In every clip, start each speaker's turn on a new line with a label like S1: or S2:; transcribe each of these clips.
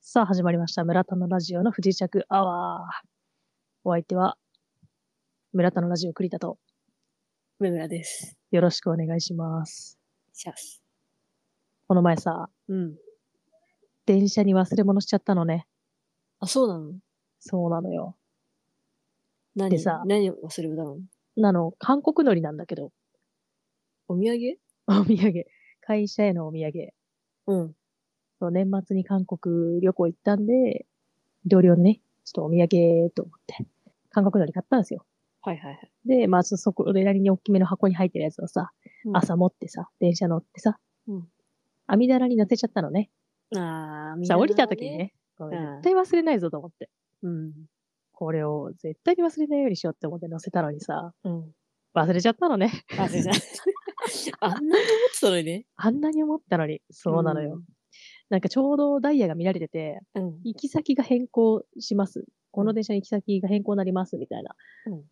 S1: さあ、始まりました。村田のラジオの不時着アワー。お相手は、村田のラジオ栗田と、
S2: 梅村です。
S1: よろしくお願いします。
S2: シャス。
S1: この前さ、
S2: うん。
S1: 電車に忘れ物しちゃったのね。
S2: あ、そうなの
S1: そうなのよ。
S2: 何
S1: でさ
S2: 何を忘れたの
S1: なの、韓国海苔なんだけど、
S2: お土産
S1: お土産。会社へのお土産。
S2: うん。
S1: そう年末に韓国旅行行ったんで、同僚にね、ちょっとお土産と思って、韓国海苔買ったんですよ。
S2: はいはいはい。
S1: で、まあ、そそこ、れなりに大きめの箱に入ってるやつをさ、
S2: うん
S1: 朝持ってさ、電車乗ってさ、
S2: うん
S1: 網棚に乗せちゃったのね。
S2: あー、
S1: さ、降りた時に。ね、これ
S2: うん
S1: 絶対忘れないぞと思って。
S2: うん。
S1: これを絶対に忘れないようにしようって思って乗せたのにさ、
S2: うん。
S1: 忘れちゃったのね。
S2: 忘れた。あんなに思ってたのにね。
S1: あんなに思ったのに、そうなのよ。なんかちょうどダイヤが見られてて、
S2: うん。うん。
S1: 行き先が変更します。この電車の行き先が変更になります、みたいな
S2: うん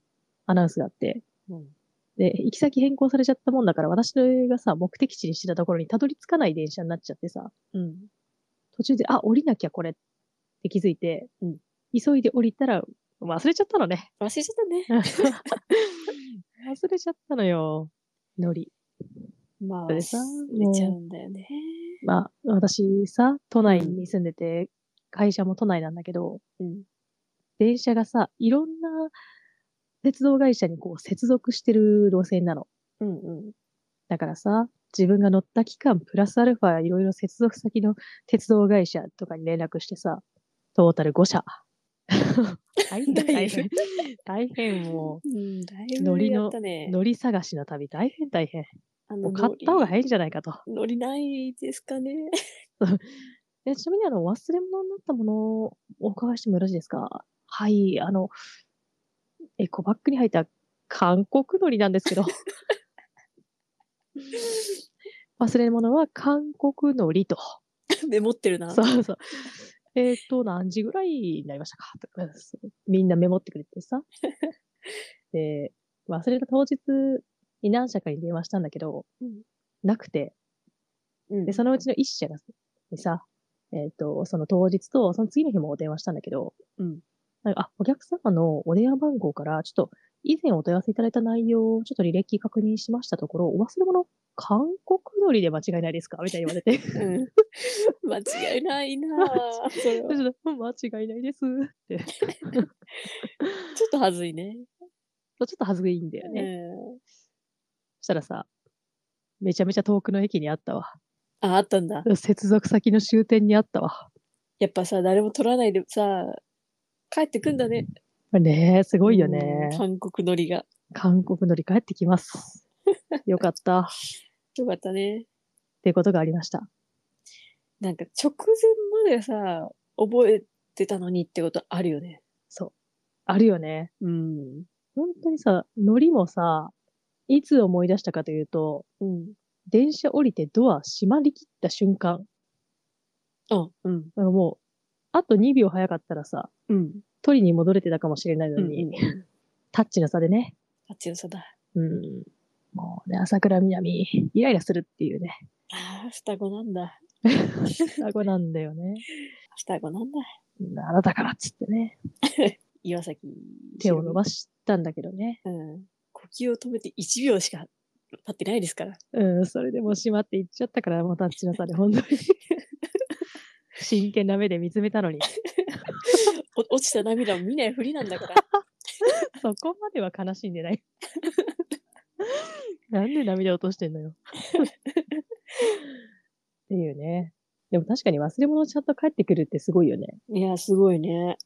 S1: アナウンスがあって。
S2: うん。
S1: で、行き先変更されちゃったもんだから、私がさ、目的地にしてたところにたどり着かない電車になっちゃってさ、
S2: うん。
S1: 途中で、あ、降りなきゃこれって気づいて、
S2: うん
S1: 急いで降りたら、忘れちゃったのね。
S2: 忘れちゃったね。
S1: 忘れちゃったのよ。ノリ。
S2: まあ、
S1: そ
S2: 忘
S1: れ
S2: れ
S1: さ
S2: ちゃうんだよね。
S1: まあ、私さ、都内に住んでて、会社も都内なんだけど、
S2: うん。
S1: 電車がさ、いろんな鉄道会社にこう接続してる路線なの。
S2: うんうん。
S1: だからさ、自分が乗った期間、プラスアルファ、いろいろ接続先の鉄道会社とかに連絡してさ、トータル5社。 大変、大変。大変、も
S2: うん、だい
S1: ノ
S2: ぶ
S1: リの
S2: やった ね
S1: う、。乗り探しの旅、大変、大変。
S2: あ
S1: も
S2: の
S1: う買った方が
S2: い。
S1: 早いんじゃないかと。
S2: 乗りないですかね。
S1: えちなみに、あの、忘れ物になったものをお伺いしてもよろしいですかはい、あの、エコバッグに入った韓国海苔なんです けど。忘れ物は韓国海苔と。
S2: メモってるな。
S1: そうそう。えっと、何時ぐらいになりましたかとかそうみんなメモってくれてさ。で、忘れた当日に何社かに電話したんだけど、
S2: うん
S1: なくて、
S2: うん。
S1: で、そのうちの一社がにさ、えっ、と、その当日とその次の日もお電話したんだけど、
S2: うん
S1: なんかあ、お客様のお電話番号から、ちょっと以前お問い合わせいただいた内容をちょっと履歴確認しましたところ、お忘れ物、韓国海苔で間違いないですかみたいに言われ て。
S2: うん間違いないなぁそれは
S1: でちょっとうん間違いないですって。
S2: ちょっとはずいね。
S1: そうちょっと恥ずいんだよね。
S2: うん
S1: そしたらさ、めちゃめちゃ遠くの駅にあったわ。
S2: あ、あったんだ。
S1: 接続先の終点にあったわ。
S2: やっぱさ、誰も取らないでさ、帰ってくんだね。
S1: ねえ、すごいよ
S2: うん
S1: ね。
S2: 韓国のりが。
S1: 韓国のり帰ってきます。よかった。っ
S2: よかったね。
S1: ていうことがありました。
S2: なんか直前までさ、覚えてたのにってことあるよね。
S1: そう。あるよね。
S2: うん。
S1: 本当にさ、のりもさ、いつ思い出したかというと、
S2: うん。
S1: 電車降りてドア閉まりきった瞬間、
S2: あ、うん。
S1: あのもう、あと2秒早かったらさ、
S2: うん。
S1: 取りに戻れてたかもしれないの
S2: う
S1: に、
S2: ん。
S1: タッチの差でね、
S2: あっちのさだ。
S1: うん。もうね、朝倉みなみ、イライラするっていう ね。
S2: ああ、双子なんだ。
S1: 双子なんだよね。
S2: 双子なんだ。
S1: うんあなたからっつってね。
S2: 岩崎。
S1: 手を伸ば
S2: し。
S1: したんだけどね。
S2: うん。呼吸を止めて1秒しか経ってないですから。
S1: うん、それでもしまって行っちゃったから、もうタッチの差で、本当に。 真剣な目で見つめたの に、
S2: お 落ちた涙を見ないふりなんだから。
S1: そこまでは悲しんでない。 なんで涙落としてんのよ。 っていうね。でも確かに忘れ物ちゃんと帰ってくるってすごいよね。
S2: いや、すごいね。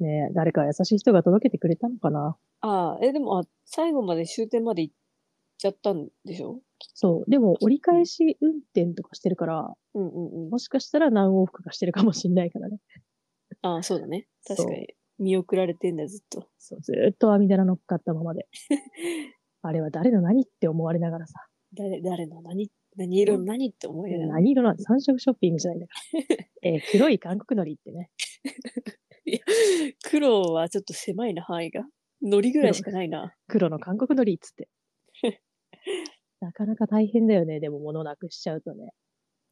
S1: ねえ誰か優しい人が届けてくれたのかな。
S2: ああ、え、でも、あ、最後まで終点まで行っちゃったんでしょ
S1: そう。でも、折り返し運転とかしてるから、
S2: うんうんうん。
S1: もしかしたら何往復かしてるかもしんないからね。
S2: ああ、そうだね。
S1: そう
S2: 確かに。見送られてんだよ、ずっと。
S1: そう、ずーっと網棚乗っかったままで。 あれは誰の何って思われながらさ。
S2: 誰、誰の何、何色の何って思いながら。
S1: 何色なんて三色ショッピングじゃないんだ から。えー黒い韓国海苔ってね。
S2: 黒はちょっと狭いな、範囲が。海苔ぐらいしかないな。
S1: 黒の韓国海苔っつ って。なかなか大変だよね。でも物なくしちゃうとね。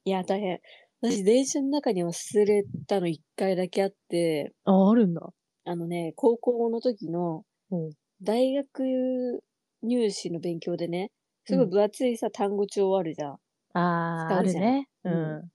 S2: いや、大変。私、電車の中に忘れたの一回だけあって、
S1: あ、あるんだ。
S2: あのね、高校の時の
S1: うん、
S2: 大学入試の勉強でね、すごい分厚いさ、単語帳あるじゃん。
S1: ああ、
S2: 使
S1: あ
S2: う
S1: る
S2: じゃん
S1: ね。う
S2: うん
S1: ん。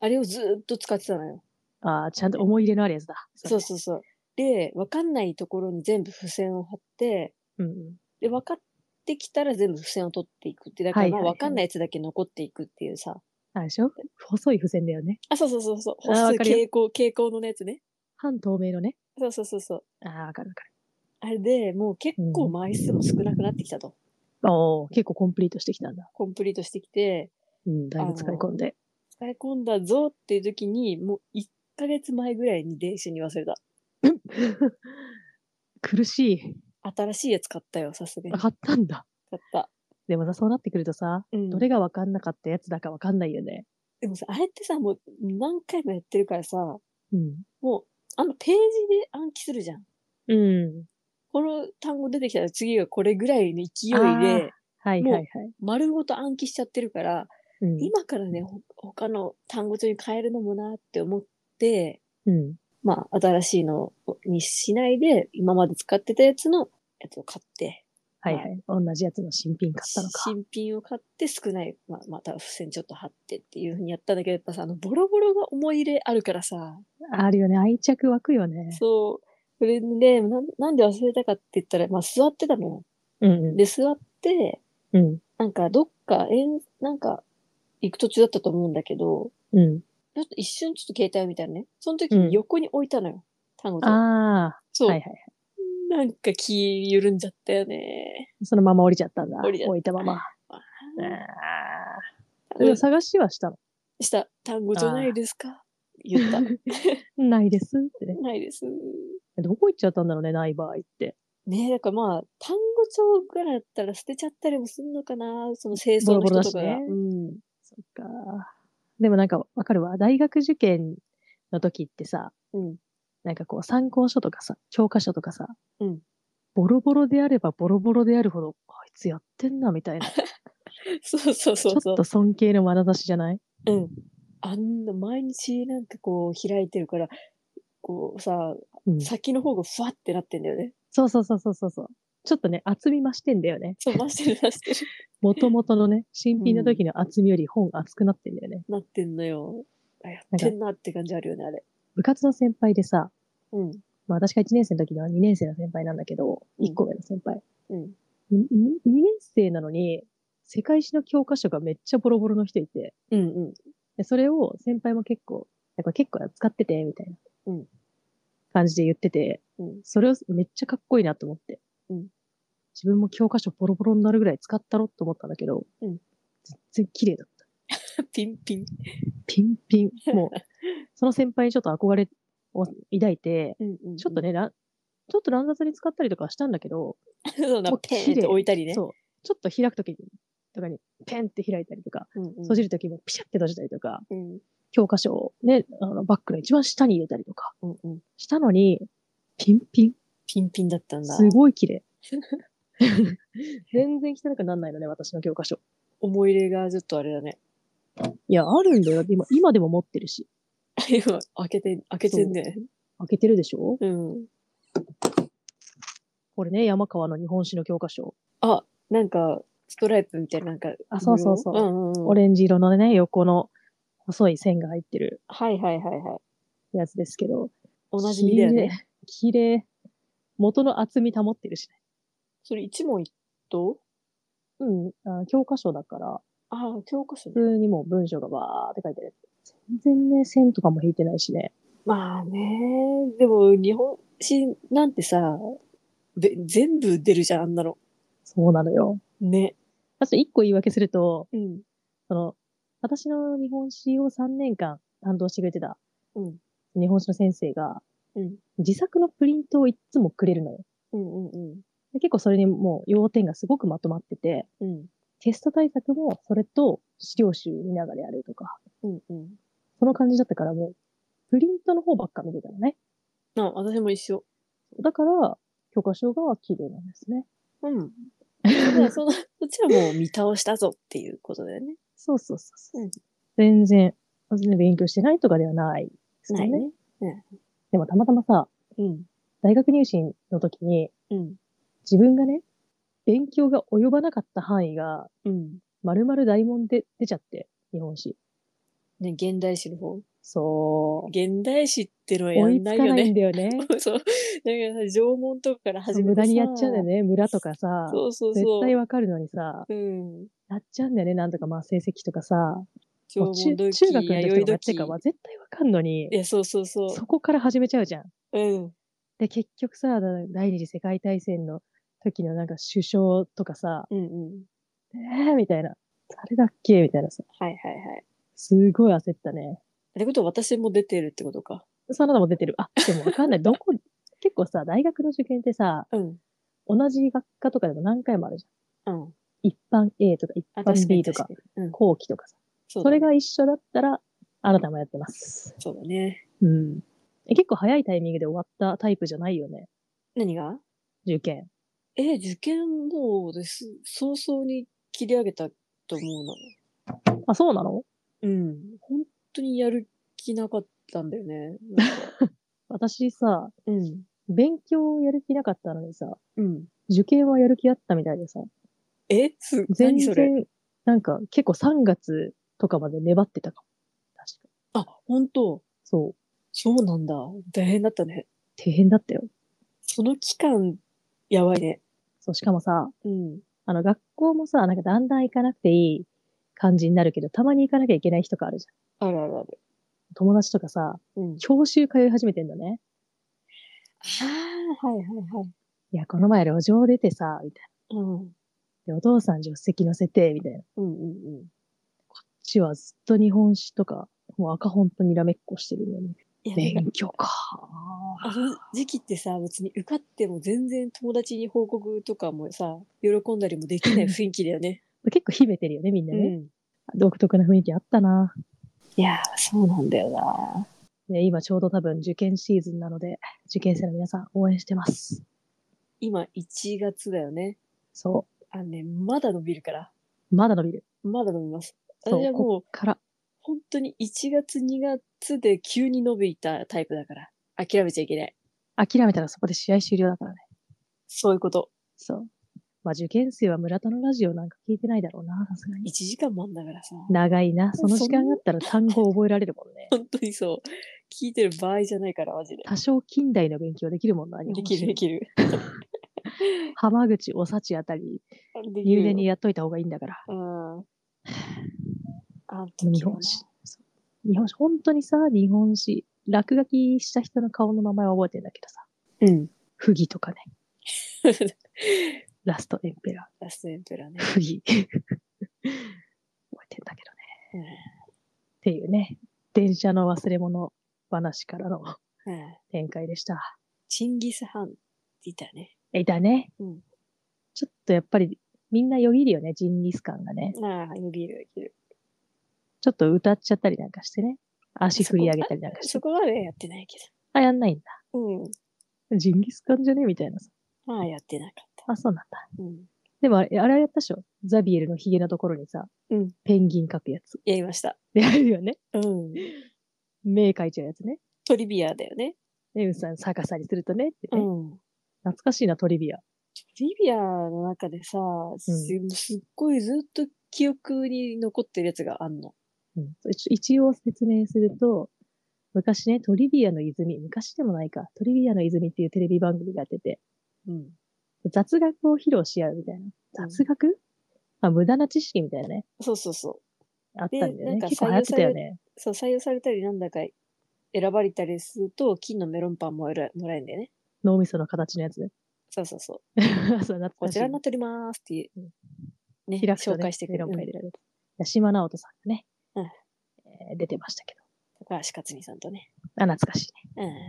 S2: あれをずーっと使ってたのよ。
S1: ああ、ちゃんと思い入れのあるやつだ。
S2: そうそうそう。で、わかんないところに全部付箋を貼って、
S1: う。うんうん。
S2: で、分かってきたら全部付箋を取っていくって、だか
S1: は
S2: ら
S1: い
S2: ま
S1: はい
S2: あ
S1: はい
S2: 分かんないやつだけ残っていくっていうさ。
S1: あれでしょ細い付箋だよね。
S2: あ、そうそうそうそう。
S1: あー
S2: 歩
S1: わ
S2: 数
S1: かるよ
S2: 傾向、傾向のやつね。
S1: 半透明のね。
S2: そうそうそうそう。
S1: ああ、わかるわか
S2: あれでもう結構枚数も少なくなってきたと。
S1: る。おお、結構コンプリートしてきたんだ。
S2: コンプリートしてきて、
S1: うん、だいぶ使い込んで。
S2: 使い込んだぞっていう時に、もう1ヶ月前ぐらいに電子に忘れた。
S1: 苦しい。
S2: 新しいやつ買ったよ、さすがに。買
S1: 買ったんだ。
S2: った。
S1: でもさ、そうなってくるとさ、
S2: うん
S1: どれがわかんなかったやつだかわかんないよね。
S2: でもさ、あれってさ、もう何回もやってるからさ、
S1: うん。
S2: もう、あのページで暗記するじゃん。
S1: うん。
S2: この単語出てきたら次はこれぐらいの勢い
S1: あー
S2: で、
S1: はいはいはい。
S2: 丸ごと暗記しちゃってるから、
S1: うん。
S2: 今からね、ほ他の単語帳に変えるのもなって思って、
S1: うん。
S2: まあ、新しいのにしないで、今まで使ってたやつのやつを買って、
S1: はいはい。同じやつの新品買ったのか。
S2: 新品を買って少ない、まあ、また付箋ちょっと貼ってっていうふうにやったんだけど、やっぱさ、あの、ボロボロが思い入れあるからさ、
S1: あるよね。愛着湧くよね。
S2: そう、それで、なんなんで忘れたかって言ったら、まあ、座ってたのよ。
S1: うん
S2: で、座って、
S1: うん。うん。
S2: なんかどっか、えん、なんか、行く途中だったと思うんだけど、
S1: う
S2: ちょっと一瞬ちょっと携帯みたいなね。その時に横に置いたのよ。単語
S1: ん。
S2: と。
S1: ああ、
S2: そう、
S1: はいはい。
S2: なんか気緩んじゃったよね。
S1: そのまま降りちゃったんだ。
S2: 降りちゃった
S1: 置いたまま。
S2: あ
S1: あ
S2: ー
S1: ーでも探しはしたの。
S2: した。単語じゃないですか言った。
S1: ないですってね。
S2: ないです。
S1: どこ行っちゃったんだろうね、ない場合って。
S2: ねえ、だからまあ、単語帳ぐらいだったら捨てちゃったりもすんのかなその清掃の
S1: ボロボロだ
S2: 人と
S1: し
S2: かが。
S1: ね
S2: うん。
S1: そっか。でもなんかわかるわ。大学受験の時ってさ、
S2: うん。
S1: なんかこう参考書とかさ、教科書とかさ、
S2: うん
S1: ボロボロであればボロボロであるほど、あいつやってんなみ たいな。
S2: そうそう
S1: ち
S2: そ
S1: ょ
S2: うそ
S1: っ
S2: う
S1: と。尊敬の眼差しじゃない
S2: うん。あんな毎日なんかこう開いてるから、こうさ、
S1: うん
S2: 先の方がふわってなってんだよ ね。
S1: そうそうそうそうそうそう。ちょっとね、厚み増してんだよね。
S2: そう、増してる増してる。
S1: もともとの ね、新品の時の厚みより本厚くなってんだよね。
S2: なってん のよ。あやってんなって感じあるよね、あれ。
S1: 部活の先輩でさ、
S2: うん。
S1: まあ私が1年生の時の2年生の先輩なんだけど、
S2: うん
S1: 1個上の先輩。
S2: うん。
S1: 2, 年生なのに、世界史の教科書がめっちゃボロボロの人いて、
S2: うんうん。
S1: でそれを先輩も結構、やっぱ結構使ってて、みたいな
S2: うん
S1: 感じで言ってて、
S2: うん
S1: それをめっちゃかっこいいなと思って。
S2: うん
S1: 自分も教科書ボロボロになるぐらい使ったろと思ったんだけど、
S2: うん
S1: 全然綺麗だった。
S2: ピンピン。
S1: ピンピン。 もう、その先輩にちょっと憧れを抱いて、
S2: うんうん。
S1: ちょっと。ね、らちょっと乱雑に使ったりとかはしたんだけど、
S2: そうな
S1: もう、
S2: ペンっ
S1: 綺
S2: て
S1: 麗
S2: 置いたりね。
S1: そう。ちょっと開くときに、とかに、ペンって開いたりとか、
S2: うんうん。
S1: 閉じるときもピシャって閉じたりとか、
S2: うん
S1: 教科書をね、あのバッグの一番下に入れたりとか
S2: うんうん。
S1: したのに、ピンピ
S2: ピンピンだったん
S1: ン。
S2: だ
S1: す。ごい綺麗。 全然汚くならないのね、私の教科書。
S2: 思い入れがちょっとあれだね。
S1: いや、あるんだよ。今、今でも持ってるし。
S2: 今、開けて、開けてんね。
S1: 開けてるでしょ
S2: うん。
S1: これね、山川の日本史の教科書。
S2: あ、なんか、ストライプみたいな、なんか、
S1: あそうそうそう
S2: うんうんうん。
S1: オレンジ色のね、横の細い線が入ってる
S2: はいはいはいはい。
S1: やつですけど。
S2: おなじみだよね。
S1: 綺麗。綺麗。元の厚み保ってるしね。
S2: それ一問一答
S1: うん、あ教科書だから、
S2: ああ、教科書ね。
S1: 普通にもう文章がわーって書いてあるやつ。全然ね、線とかも引いてないしね。
S2: まあね、でも日本史なんてさ、べ全部出るじゃん、あんなの。
S1: そうなのよ。
S2: ね。
S1: あと一個言い訳すると、
S2: うん。
S1: その、私の日本史を3年間担当してくれてた
S2: うん。
S1: 日本史の先生が、
S2: うん。
S1: 自作のプリントをいっつもくれるのよ。
S2: うんうん
S1: で結構それにもう要点がすごくまとまってて、
S2: うん。うん。
S1: テスト対策もそれと資料集見ながらやるとか、
S2: うんうん。
S1: その感じだったからもう、プリントの方ばっか見てたのね。
S2: あ、私も一緒。
S1: だから、教科書が綺麗なんですね。
S2: うん。だからその、そっちはもう見倒したぞっていうことだよね。
S1: そうそうそうそう、
S2: うん
S1: 全然全然勉強してないとかではないですよ
S2: ない
S1: ね。
S2: ね。
S1: でもたまたまさ、
S2: うん。
S1: 大学入試の時に
S2: うん。
S1: 自分がね、勉強が及ばなかった範囲が、
S2: うん。
S1: まるまる大問で出ちゃって、日本史。
S2: ね、現代史の方。
S1: そう。
S2: 現代史ってのはや
S1: 追い
S2: ん
S1: つ
S2: な
S1: か
S2: いよ
S1: ない
S2: ね
S1: ん。だよ ね。
S2: そう。だからさ、縄文とかから始めて
S1: 無駄にや
S2: さ
S1: っちゃうんだよ。ね。村とかさ。
S2: そうそう
S1: 絶
S2: そう。
S1: 対わかるのにさ、
S2: うん。
S1: やっちゃうんだよね。なんとかまあ成績とかさ。
S2: 縄文
S1: 中中
S2: 土
S1: 学
S2: 器、
S1: の時と
S2: 弥生
S1: かや
S2: 土
S1: って
S2: 器。
S1: るからまあ絶対わかんのに
S2: い、や、そうそうそう。
S1: そこから始めちゃうじゃん。
S2: うん。
S1: で、結局さ、だ第二次世界大戦の時のなんか首相とかさ、
S2: うんうん。
S1: えー、みたいな。誰だっけみたいなさ。
S2: はいはいはい。
S1: すごい焦ったね。
S2: ってことは私も出てるってことか。
S1: その名も出てる。あ、でもわかんない。どこ、結構さ、大学の受験ってさ、
S2: うん。
S1: 同じ学科とかでも何回もあるじ
S2: うん。
S1: ゃん。一般 A とか一
S2: あ、
S1: 般
S2: 確か
S1: B
S2: に
S1: とか
S2: 確、に。うん。
S1: 後期とかさ。
S2: そう
S1: そ
S2: だ
S1: れ
S2: ね。
S1: が一緒だったら、あなたもやってます。
S2: そうだね。
S1: うん。え結構早いタイミングで終わったタイプじゃないよね。
S2: 何が
S1: 受験。
S2: え、受験もうです。早々に切り上げたと思うの。
S1: あ、そうなの
S2: うん。本当にやる気なかったんだよね。なんか
S1: 私さ、
S2: うん。
S1: 勉強やる気なかったのにさ、
S2: うん。
S1: 受験はやる気あったみたいでさ、
S2: えす、
S1: 全
S2: 何それ
S1: 然、なんか結構3月とかまで粘ってたかも。確か。
S2: あ、本当
S1: そう。
S2: そうなんだ。大変だったね。
S1: 底辺だったよ。
S2: その期間、やばいね。
S1: そう、しかもさ、
S2: うん。
S1: あの、学校もさ、なんかだんだん行かなくていい感じになるけど、たまに行かなきゃいけない日とかあるじゃん。
S2: あるあるある。
S1: 友達とかさ、
S2: うん。
S1: 教習通い始めてんだね。
S2: ああ、はいはいはい。
S1: いや、この前路上出てさ、みたい
S2: うん。
S1: な。で、お父さん助手席乗せて、みたいな。こ
S2: うんうんうん。
S1: っちはずっと日本史とか、もう赤本とにらめっこしてるのに。
S2: いや、なんか
S1: 勉強か。
S2: あの時期ってさ、別に受かっても全然友達に報告とかもさ、喜んだりもでき ない雰囲気だよね。
S1: 結構秘めてるよね、みん
S2: う
S1: なね。
S2: ん。
S1: 独特な雰囲気あったな。
S2: いやー、そうなんだよな。
S1: ね、今ちょうど多分受験シーズンなので、受験生の皆さん応援してます。
S2: 今、1月だよね。
S1: そ
S2: あのね、まだ伸びるから。
S1: う。まだ伸びる。
S2: まだ伸びます。
S1: そう
S2: 私はもう、
S1: から。
S2: 本当に1月、2月で急に伸びたタイプだから。諦めちゃいけない。
S1: 諦めたらそこで試合終了だからね。
S2: そういうこと。
S1: そう。まあ受験生は村田のラジオなんか聞いてないだろうな、さすが
S2: 1
S1: に。
S2: 時間もあんだからさ。
S1: 長いな。その
S2: そ
S1: 時
S2: んな
S1: 間があったら単語を覚えられるもんね。
S2: 本当にそう。聞いてる場合じゃないから、マジで。
S1: 多少近代の勉強できるもんな、日本
S2: で
S1: 史
S2: きる、できる。
S1: 浜口、お幸あたり、
S2: でき
S1: 入
S2: る
S1: 念にやっといた方がいいんだから。
S2: うん。あの
S1: 日
S2: 時はね
S1: 本史。そう日本史、本当にさ、日本史、落書きした人の顔の名前は覚えてんだけどさ、
S2: うん。
S1: 不義とかね、ラストエンペラ
S2: ラストエンペラーね
S1: ー、。不義。覚えてんだけどね。っていうね、電車の忘れ物話からの
S2: うんうん
S1: 展開でした。
S2: チンギス・ハンいたね。
S1: いたね。
S2: うん
S1: ちょっとやっぱり、みんなよぎるよね、ジンギスカンがね。
S2: ああ、指ができる。
S1: ちょっと歌っちゃったりなんかしてね。足振り上げたりなんかして
S2: そ。こまでやってないけ
S1: あ、やんないんだ。
S2: ど。うん。
S1: ジンギスカンじゃねみたいなさ。
S2: まあ、やってなかった。
S1: あ、そうなんだ。
S2: うん。
S1: でもあれ、あれやったっしょザビエルのヒゲのところにさ、
S2: うん
S1: ペンギン描くやつ。
S2: やりました。
S1: で、あるよね。
S2: うん。
S1: 目描いちゃうやつね。
S2: トリビアだよね。
S1: で、うんさん逆さにするとねってね、
S2: ん。
S1: 懐かしいな、トリビア。
S2: トリビアの中でさ、すすっごいずっと記憶に残ってるやつがあんの。
S1: うん、一一応説明すると、昔ね、トリビアの泉、昔でもないか、トリビアの泉っていうテレビ番組がやってて、
S2: うん。
S1: 雑学を披露し合うみたいな。雑学、あ、無駄な知識みたいなね。
S2: そうそうそ
S1: あったんだ
S2: で
S1: よ
S2: な
S1: ね。
S2: んか
S1: 結構流行ってたよね。
S2: う。そう、採用されたりなんだか選ばれたりすると、金のメロンパンもらえもらえるんだよね。
S1: 脳みその形のやつ ね。
S2: そうそうそう。
S1: そう、懐
S2: こ
S1: かし
S2: ち
S1: い
S2: らになっておりますってい
S1: う
S2: う
S1: ん、
S2: ね、
S1: 開くと、ね、
S2: 紹介してくれ
S1: メ
S2: る。
S1: ロンパ
S2: うん
S1: ン入れられる。八島直人さんがね、
S2: うん
S1: えー出てましたけど。
S2: 高橋克実さんとね、
S1: あ、懐かしい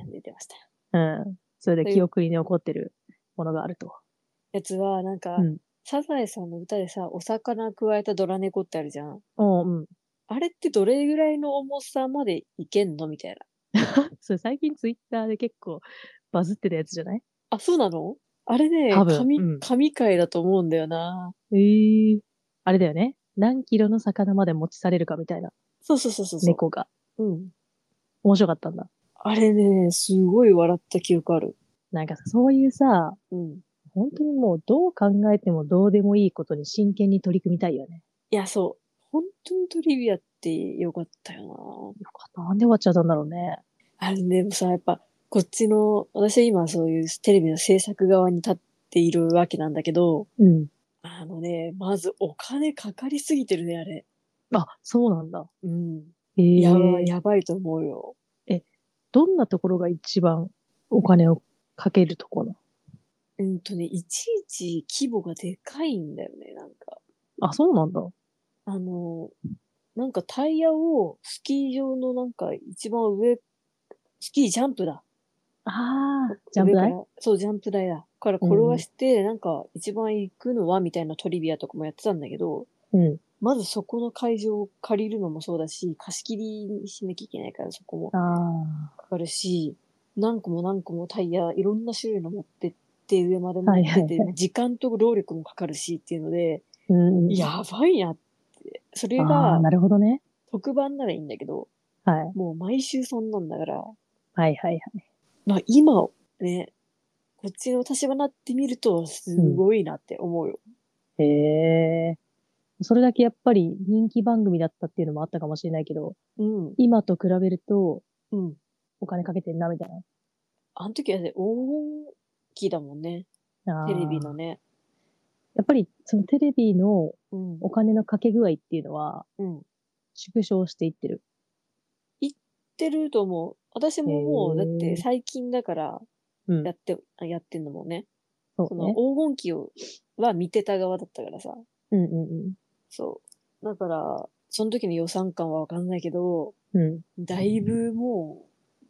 S2: うん、出てました。
S1: ね。うん。それで記憶に残ってるものがあると。
S2: やつは、なんか、
S1: うん
S2: サザエさんの歌でさ、お魚加えたドラ猫ってあるじゃん。
S1: おううん。
S2: あれってどれぐらいの重さまでいけんのみたいな。
S1: それ最近ツイッターで結構バズってたやつじゃない
S2: あ、そうなのあれね、
S1: 多分
S2: 神、
S1: うん
S2: 神回だと思うんだよな。
S1: ええあれだよね。何キロの魚まで持ちされるかみたいな。
S2: そうそうそうそうそう。
S1: 猫が。
S2: うん。
S1: 面白かったんだ。
S2: あれね、すごい笑った記憶ある。
S1: なんかさそういうさ、
S2: うん。
S1: 本当にもうどう考えてもどうでもいいことに真剣に取り組みたいよね。
S2: いや、そう。本当にトリビアってよかったよ
S1: よかった。なんで終わっちゃったんだろうね。
S2: な。あれでもさ、やっぱ、こっちの、私は今そういうテレビの制作側に立っているわけなんだけど、
S1: うん。
S2: あのね、まずお金かかりすぎてるね、あれ。
S1: あ、そうなんだ。
S2: うん。
S1: えー、
S2: やばい、やばいと思うよ。
S1: どんなところが一番お金をかけるところ
S2: うんとね、いちいち規模がでかいんだよね、なんか。
S1: あ、そうなんだ。
S2: あの、なんかタイヤをスキー場のなんか一番上、スキージャンプだ。
S1: ああ、ジャンプ台
S2: 上からそう、ジャンプ台だ。から転がして、なんか一番行くのはみたいなトリビアとかもやってたんだけど、
S1: うん。
S2: まずそこの会場を借りるのもそうだし、貸し切りにしなきゃいけないからそこも
S1: あ
S2: かかるし、何個も何個もタイヤ、いろんな種類の持ってって、上まで持
S1: はい
S2: っ
S1: はい
S2: て
S1: は
S2: て、
S1: い
S2: 時間と労力もかかるしっていうので、
S1: あ。うん。
S2: やばいなって。それ
S1: ああ、
S2: が
S1: なるほどね。
S2: 特番ならいいんだけど、
S1: はい。
S2: もう毎週そんなんだから、
S1: はいはいはい。
S2: まあ今、ね、こっちの立場になってみると、すごいなって思うよ。
S1: へえ。それだけやっぱり人気番組だったっていうのもあったかもしれないけど、
S2: うん。
S1: 今と比べると
S2: うん。
S1: お金かけてんなみたい
S2: あの時はね、大きいだもんね。
S1: な。あー
S2: テレビの。ね。
S1: やっぱりそのテレビの
S2: うん。
S1: お金のかけ具合っていうのは
S2: うん。
S1: 縮小していってる。
S2: てると思う。私ももう、だ
S1: へ
S2: っ
S1: ー
S2: て最近だから、
S1: うん
S2: や。って、あやってんのもね。
S1: そ
S2: そうの
S1: ね。
S2: 黄金期を、は見てた側だったからさ。
S1: うんう
S2: そう。だから、その時の予算感はわかんないけど、
S1: んうん。う
S2: だいぶもう、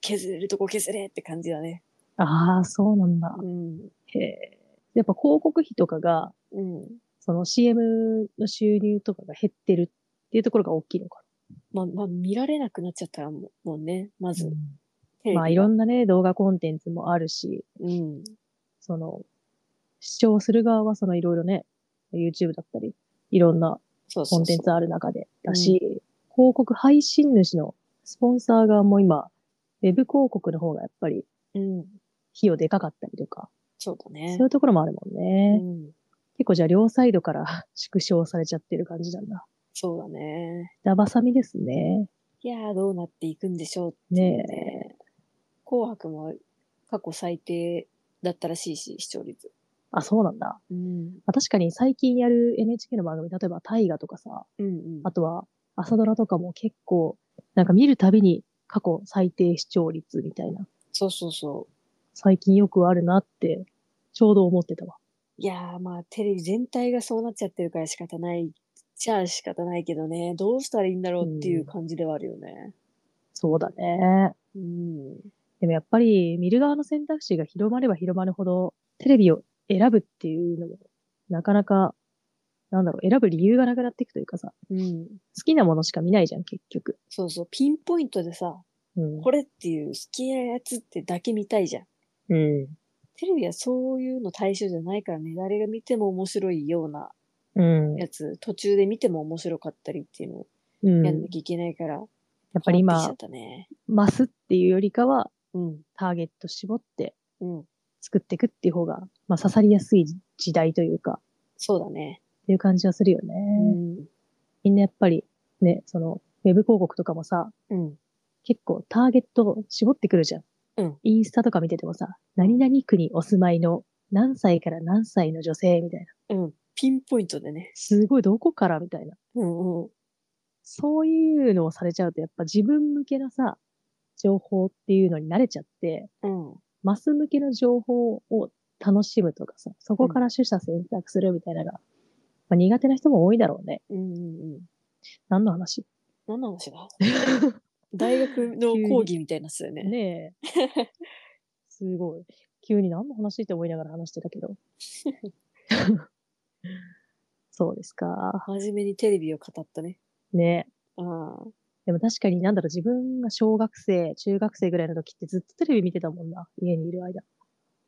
S2: 削れるとこ削れって感じだね。
S1: ん。ああ、そうなんだ。
S2: うん。
S1: へえ。やっぱ広告費とかが、
S2: うん。
S1: その CM の収入とかが減ってるっていうところが大きいのか
S2: まあ、まあ、見られなくなっちゃったらももうね、ま
S1: な。
S2: ず、
S1: う
S2: テレ
S1: ん、
S2: ビ
S1: ま
S2: が
S1: あいろんなね、動画コンテンツもあるし、
S2: うん。
S1: その、視聴する側はそのいろいろね、YouTube だったり、いろんな
S2: そうそうそう。
S1: コンテンツある中でだし、広告配信主のスポンサー側も今、ウェブ広告の方がやっぱり
S2: うん。
S1: 費用でかかったりとか、
S2: そうだ
S1: そう
S2: ね
S1: い。うところもあるもん
S2: う
S1: ね。
S2: ん。
S1: 結構じゃあ両サイドから 縮小されちゃってる感じなんだ。
S2: そうだね。
S1: 板挟みですね。
S2: いやー、どうなっていくんでしょうっていう
S1: ね
S2: ね。紅白も過去最低だったらしいし、視聴率。
S1: あ、そうなんだ。
S2: うん。
S1: まあ確かに最近やる NHK の番組、例えば大河とかさ、
S2: うんうん。
S1: あとは朝ドラとかも結構、なんか見るたびに過去最低視聴率みたいな、
S2: そうそうそう。
S1: 最近よくあるなって、ちょうど思ってたわ。
S2: いやー、まあ、テレビ全体がそうなっちゃってるから仕方ない。じゃあ仕方ないけどね、どうしたらいいんだろうっていう感じではあるよね。
S1: そうだね。
S2: うん。
S1: でもやっぱり見る側の選択肢が広まれば広まるほど、テレビを選ぶっていうのも、なかなか、なんだろう、選ぶ理由がなくなっていくというかさ、
S2: うん。
S1: 好きなものしか見ないじゃん、結局。
S2: そうそう。ピンポイントでさ、
S1: うん。
S2: これっていう好きなやつってだけ見たいじゃん。
S1: うん。
S2: テレビはそういうの対象じゃないからね、誰が見ても面白いような
S1: うん。
S2: やつ、途中で見ても面白かったりっていうのを
S1: うん。
S2: や
S1: や
S2: んなきゃいけないから、
S1: っぱり
S2: 変わっ
S1: 今
S2: てきち、ゃったね。
S1: マスっていうよりかは、
S2: うん、
S1: ターゲット絞って
S2: うん、
S1: 作っていくっていう方が、まあ刺さりやすい時代というか、
S2: そうだね。
S1: っていう感じはするよね。
S2: うん、
S1: みんなやっぱり、ね、その、ウェブ広告とかもさ、
S2: うん、
S1: 結構ターゲットを絞ってくるじゃん。
S2: うん
S1: インスタとか見ててもさ、何々区にお住まいの何歳から何歳の女性みたいな。
S2: うん、ピンポイントでね。
S1: すごいどこからみたいな。
S2: うん、うん、
S1: そういうのをされちゃうと、やっぱ自分向けのさ、情報っていうのに慣れちゃって、
S2: うん、
S1: マス向けの情報を楽しむとかさ、そこから取捨選択するみたいなのが、まあ、苦手な人も多いだろうね。
S2: うん、うん。うん
S1: 何の話
S2: 何の話 だ大学の講義みたいなやつだよね。
S1: ねえ。すごい。急に何の話って思いながら話してたけど。そうですか。
S2: 真面目にテレビを語ったね。
S1: ねえ。
S2: ああ、
S1: でも確かになんだろう、自分が小学生、中学生ぐらいの時ってずっとテレビ見てたもんな。家にいる間。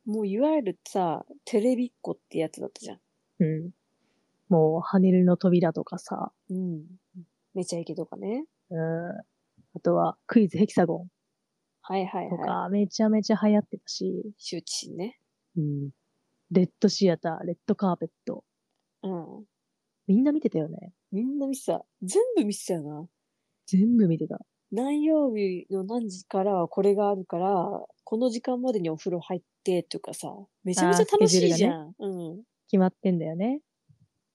S2: もういわゆるさ、テレビっ子ってやつだったじゃん。
S1: うん。もう、ハネルの扉とかさ、
S2: うん。めちゃイケとかね。
S1: うん。あとは、クイズヘキサゴ
S2: はいはい
S1: ンと
S2: は
S1: か、めちゃめちゃ流行ってたし、
S2: い。周知心ね。
S1: うん。レッドシアター、レッドカーペット。
S2: うん。
S1: みんな見てたよね。
S2: みんな見てた。全部見てたよな。
S1: 全部見てた。
S2: 何曜日の何時からはこれがあるから、この時間までにお風呂入ってとかさ、めちゃめちゃ楽しいじゃん。うん。
S1: 決まってんだよね。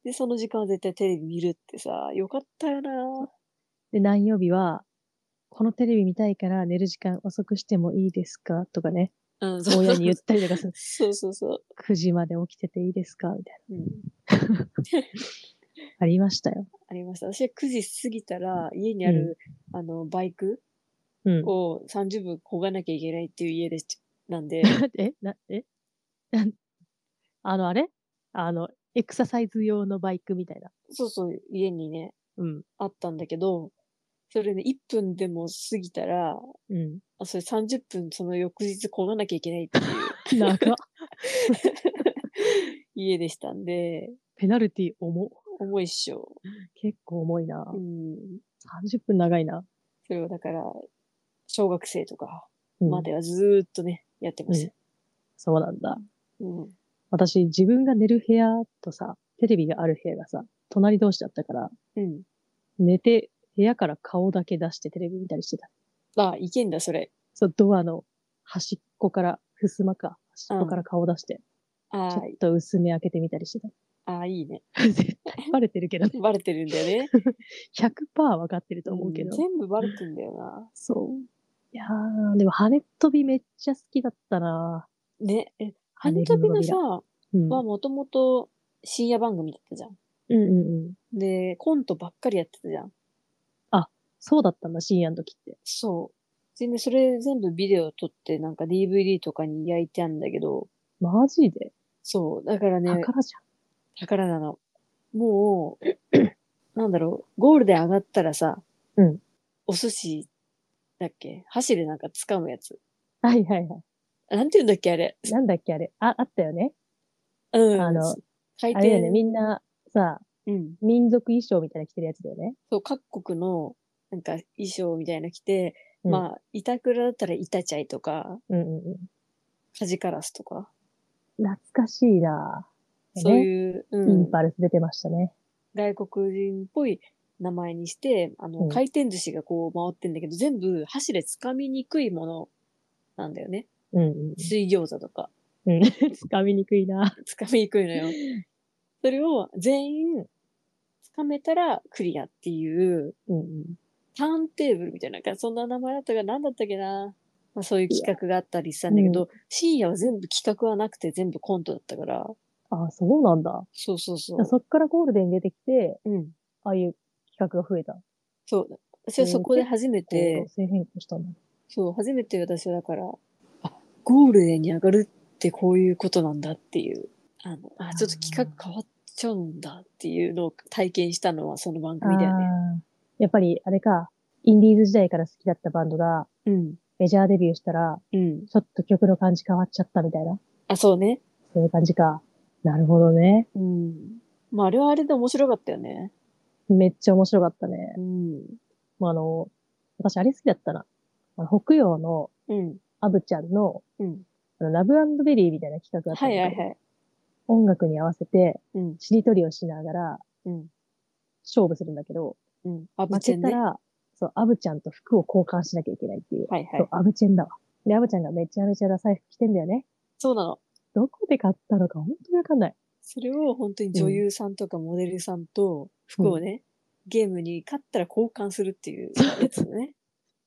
S2: で、その時間は絶対テレビ見るってさ、よかったよな。
S1: で、何曜日は、このテレビ見たいから寝る時間遅くしてもいいですかとかね。
S2: うん、。
S1: 親に言ったりとかする
S2: そうそうそう。
S1: 9時まで起きてていいですかみたい
S2: うん、
S1: な。ありましたよ。
S2: ありました。私は9時過ぎたら、家にある、あの、バイク
S1: うん。
S2: を30分こがなきゃいけないっていう家でち、なん で、
S1: えな、えなんあの、あれあの、エクササイズ用のバイクみたいな。
S2: そうそう、家にね、
S1: うん。
S2: あったんだけど、それね、1分でも過ぎたら、
S1: うん。
S2: あ、それ30分その翌日こがなきゃいけないってい う
S1: 長っ
S2: 家でしたんで、
S1: ペナルティ重っ。
S2: 重いっしょ。
S1: 結構重いな
S2: う。ん。
S1: 30分長いな。
S2: それをだから、小学生とか
S1: うん
S2: まではずーっとね、やってました。
S1: そうなんだ。
S2: うん。
S1: 私、自分が寝る部屋とさ、テレビがある部屋がさ、隣同士だったから、
S2: うん。
S1: 寝て、部屋から顔だけ出してテレビ見たりしてた。
S2: あ、いけんだ、それ。
S1: そう、ドアの端っこから、襖か、端っこから顔出して、ち
S2: あ
S1: ょっと薄め開けてみたりしてた。
S2: あ、ああ、いいね。
S1: 絶対 バレてるけどね。
S2: バレてるんだよ ね。
S1: 100%分かってると思うけど。
S2: ん全部バレてんだよ
S1: そう。いやー、でも羽飛びめっちゃ好きだったな
S2: な。ね。え、羽飛びのさ、は
S1: うん。うん
S2: もともと深夜番組だったじゃん。
S1: うんうん。
S2: で、コントばっかりやってたじゃん。
S1: そうだったんだ、深夜の時って。
S2: そう。全然それ全部ビデオ撮って、なんか DVD とかに焼いてあるんだけど、
S1: マジで
S2: そう。だからね、
S1: 宝じ
S2: 宝なの。もう、なんだろう、ゴールデン上がったらさ、
S1: うん
S2: お寿司だっけ箸でなんか掴むやつ。
S1: ゃん。はいはいは
S2: なんて言うんだっけあれ。
S1: い。なんだっけあれ。あ、あったよね。
S2: うん。
S1: あの、
S2: 回
S1: あれだ
S2: 転。
S1: よね。みんなさ、
S2: うん。
S1: 民族衣装みたいなの着てるやつだよね。
S2: そう、各国の、なんか衣装みたいなの着て、
S1: うん
S2: まあ、板倉だったら板チャイとか、
S1: うんうんうん。
S2: カジカラスとか、
S1: 懐かしいなぁ
S2: そう
S1: ね
S2: いう、う
S1: イ
S2: ん
S1: ンパルス出てましたね。
S2: 外国人っぽい名前にして、あの、
S1: うん
S2: 回転寿司がこう回ってんだけど、全部箸で掴みにくいものなんだよね。
S1: うんうん
S2: 水餃子とか、
S1: うん。掴みにくいな
S2: 掴みにくいのよ。それを全員掴めたらクリアっていう、
S1: うんうん。
S2: ターンテーブルみたいな、なんかそんな名前だったが何だったっけな。まあそういう企画があったりしたんだけど、深夜は全部企画はなくて全部コントだったから、
S1: あ、そうなんだ。
S2: そうそうそ
S1: だ
S2: う
S1: から。そっからゴールデンに出てきて、
S2: うん。
S1: ああいう企画が増えた。
S2: そう。私はそこで初めて、
S1: こう路線変更したんだ。
S2: そう、初めて私はだから、あ、ゴールデンに上がるってこういうことなんだっていう、あの、あ、ちょっと企画変わっちゃうんだっていうのを体験したのはその番組だよね。
S1: あーやっぱり、あれか、インディーズ時代から好きだったバンドが、
S2: うん。
S1: メジャーデビューしたら、
S2: うん。
S1: ちょっと曲の感じ変わっちゃったみたいな。
S2: あ、そうね。
S1: そういう感じか。なるほどね。
S2: うん。まあ、あれはあれで面白かったよね。
S1: めっちゃ面白かったね
S2: う。ん。
S1: まあ、あの、私あれ好きだったな。あの北洋の
S2: うん。
S1: アブちゃんの、
S2: うん。
S1: あのラブベリーみたいな企画があった
S2: は
S1: んだ
S2: い
S1: けど
S2: はいはい。
S1: 音楽に合わせて、
S2: うん。
S1: しりとりをしながら
S2: うん。
S1: 勝負するんだけど、
S2: うん。あぶ
S1: 負
S2: ちゃ
S1: け
S2: ん
S1: た
S2: ね。は
S1: ら、そう、アブちゃんと服を交換しなきゃいけないっていう。
S2: いは
S1: そう
S2: い。、
S1: アブチェンだわ。で、アブちゃんがめちゃめちゃダサい服着てんだよね。
S2: そうなの。
S1: どこで買ったのか本当にわかんない。
S2: それを本当に女優さんとかモデルさんと服をね、ゲームに勝ったら交換するっていうやつね。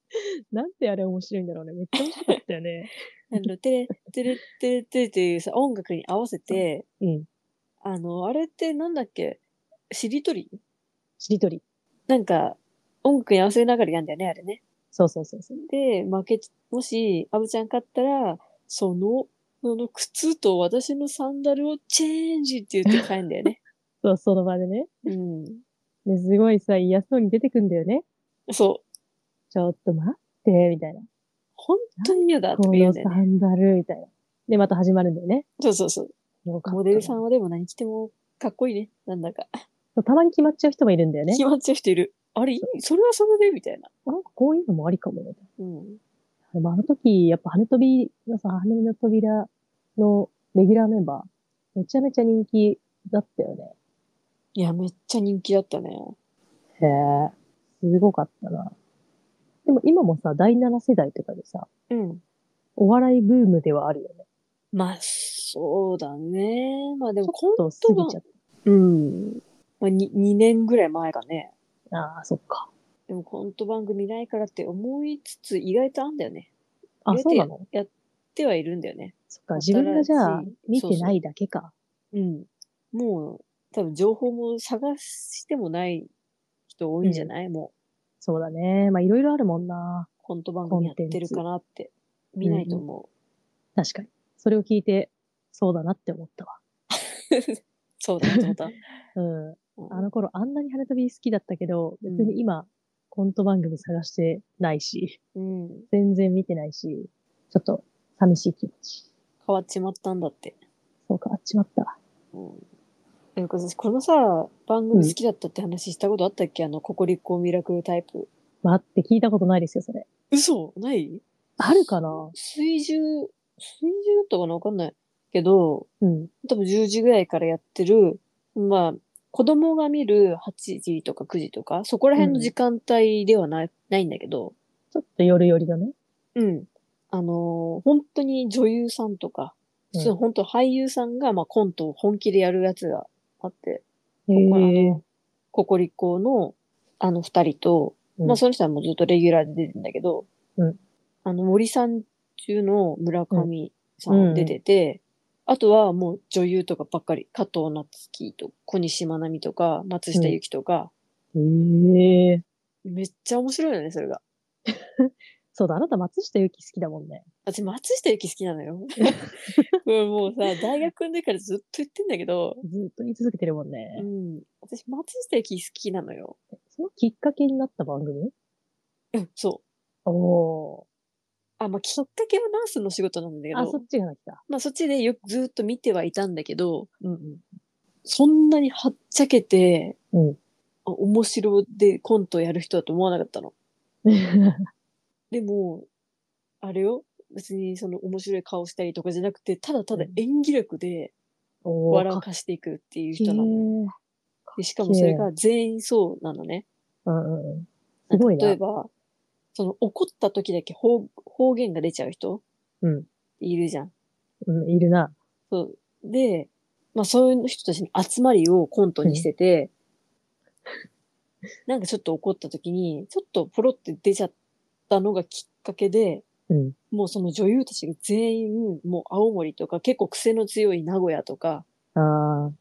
S1: なんであれ面白いんだろうね。めっちゃ面白かったよね。
S2: あの、てれ、てれ、てれ、てれっていうさ、音楽に合わせて、
S1: うん。
S2: あの、あれってなんだっけしりとり
S1: しりとり。
S2: なんか、音楽に合わせながらやんだよね、あれね。
S1: そうそうそうそう。
S2: で、負け、もし、アブちゃん勝ったら、その、その靴と私のサンダルをチェンジって言って帰るんだよ ね。
S1: そう、その場でね。
S2: うん。
S1: で、すごいさ、嫌そうに出てくんだよね。
S2: そう。
S1: ちょっと待って、みたいな。
S2: 本当に嫌だと
S1: こ
S2: か言うん
S1: の
S2: だ
S1: サ
S2: よね。
S1: ンダル、みたいな。で、また始まるんだよね。
S2: そうそうそう。
S1: よかったな
S2: モデルさんはでも何着てもかっこいいね。なんだか。
S1: そうたまに決まっちゃう人もいるんだよね
S2: 決。まっちゃう人いる。あれ、いいそれはそれでみたいな。
S1: なんかこういうのもありかもね。
S2: うん。
S1: でもあの時、やっぱ羽飛びのさ、羽の扉のレギュラーメンバー、めちゃめちゃ人気だったよね。
S2: いや、めっちゃ人気だったね。
S1: へえ。すごかったな。でも今もさ、第7世代とかでさ、
S2: うん。
S1: お笑いブームではあるよね。
S2: まあ、そうだね。まあで
S1: ち
S2: も
S1: ょ
S2: コ
S1: っと
S2: ン
S1: 過ぎ
S2: トが
S1: ちゃっ
S2: うん。まあ、に2年ぐらい前かね。
S1: た。ああー、そっか。
S2: でもコント番組ないからって思いつつ、意外とあんだよね。
S1: あ、
S2: 入れて
S1: そうなの
S2: ってはいるんだよね。
S1: そっか、
S2: 新し
S1: 自
S2: い
S1: 分がじゃあ見
S2: そう
S1: て
S2: そう
S1: ないだけか。
S2: うん。もう、多分情報も探してもない人多いんじゃない、もう、
S1: そうだね。まあいろいろあるもんな。
S2: コント番組やってるかなって。見ないと思
S1: 確かに。それを聞いて、そうだなって思ったわ。
S2: う。 そうだなと思 った。
S1: うん。
S2: うん
S1: あの頃あんなに羽飛び好きだったけど、
S2: うん
S1: 別に今、コント番組探してないし、
S2: うん。
S1: 全然見てないし、ちょっと寂しい気持ち。
S2: 変わっちまったんだって。
S1: そうか、あっちまった。
S2: うん。え私、このさ、番組好きだったって話したことあったっけ、あの、ココリコミラクルタイプ。
S1: 待って、聞いたことないですよ、それ。
S2: 嘘ない
S1: あるかな
S2: 水10、水10だったかなわかんない。けど、
S1: うん。
S2: 多分10時ぐらいからやってる、まあ、子供が見る8時とか9時とか、そこら辺の時間帯ではない,、ん、ないんだけど、
S1: ちょっと夜寄りだね。
S2: うん。あのー本当に女優さんとか、
S1: うん
S2: そう本当俳優さんが、まあ、コントを本気でやるやつがあって、
S1: へ
S2: こ
S1: え。
S2: ココリコのあの二人と、
S1: うん
S2: まあその人はもうずっとレギュラーで出てるんだけど、
S1: うん
S2: あの森さん中の村上さ
S1: うんうん
S2: ん出てて、あとはもう女優とかばっかり、加藤夏樹と小西まなみとか松下由紀とか、
S1: へえ。
S2: めっちゃ面白いよね、それが。
S1: そうだ、あなた松下由紀好きだもんね。
S2: 私、松下由紀好きな のよ。これもうさ、大学の時からずっと言ってんだけど、
S1: ずっと言い続けてるもん
S2: う
S1: ね。
S2: ん。私、松下由紀好きなのよ。
S1: そのきっかけになった番組
S2: うん、そ
S1: おお
S2: う。あ、まあ、きっかけはナースの仕事なんだけ
S1: ー。
S2: ど。
S1: あ、そっちがなき た。
S2: まあそっちでよくずーっと見てはいたんだけど、
S1: うんうん。
S2: そんなにはっちゃけて、
S1: うん
S2: あ面白でコントやる人だと思わなかったの。でも、あれよ、別にその面白い顔したりとかじゃなくて、ただただ
S1: うん
S2: 演技力で
S1: おお。
S2: 笑を貸していくっていう人なのよ。
S1: へえ
S2: でしかもそれが全員そうなのね。
S1: うんうんうん。すごいな
S2: 例えば、その怒った時だけ方方言が出ちゃう人
S1: うん。
S2: いるじゃん。
S1: うん、いるな。
S2: そう。で、まあそういう人たちの集まりをコントにしてて、なんかちょっと怒った時に、ちょっとポロって出ちゃったのがきっかけで、
S1: うん。
S2: もうその女優たちが全員、もう青森とか結構癖の強い名古屋とか
S1: ああ、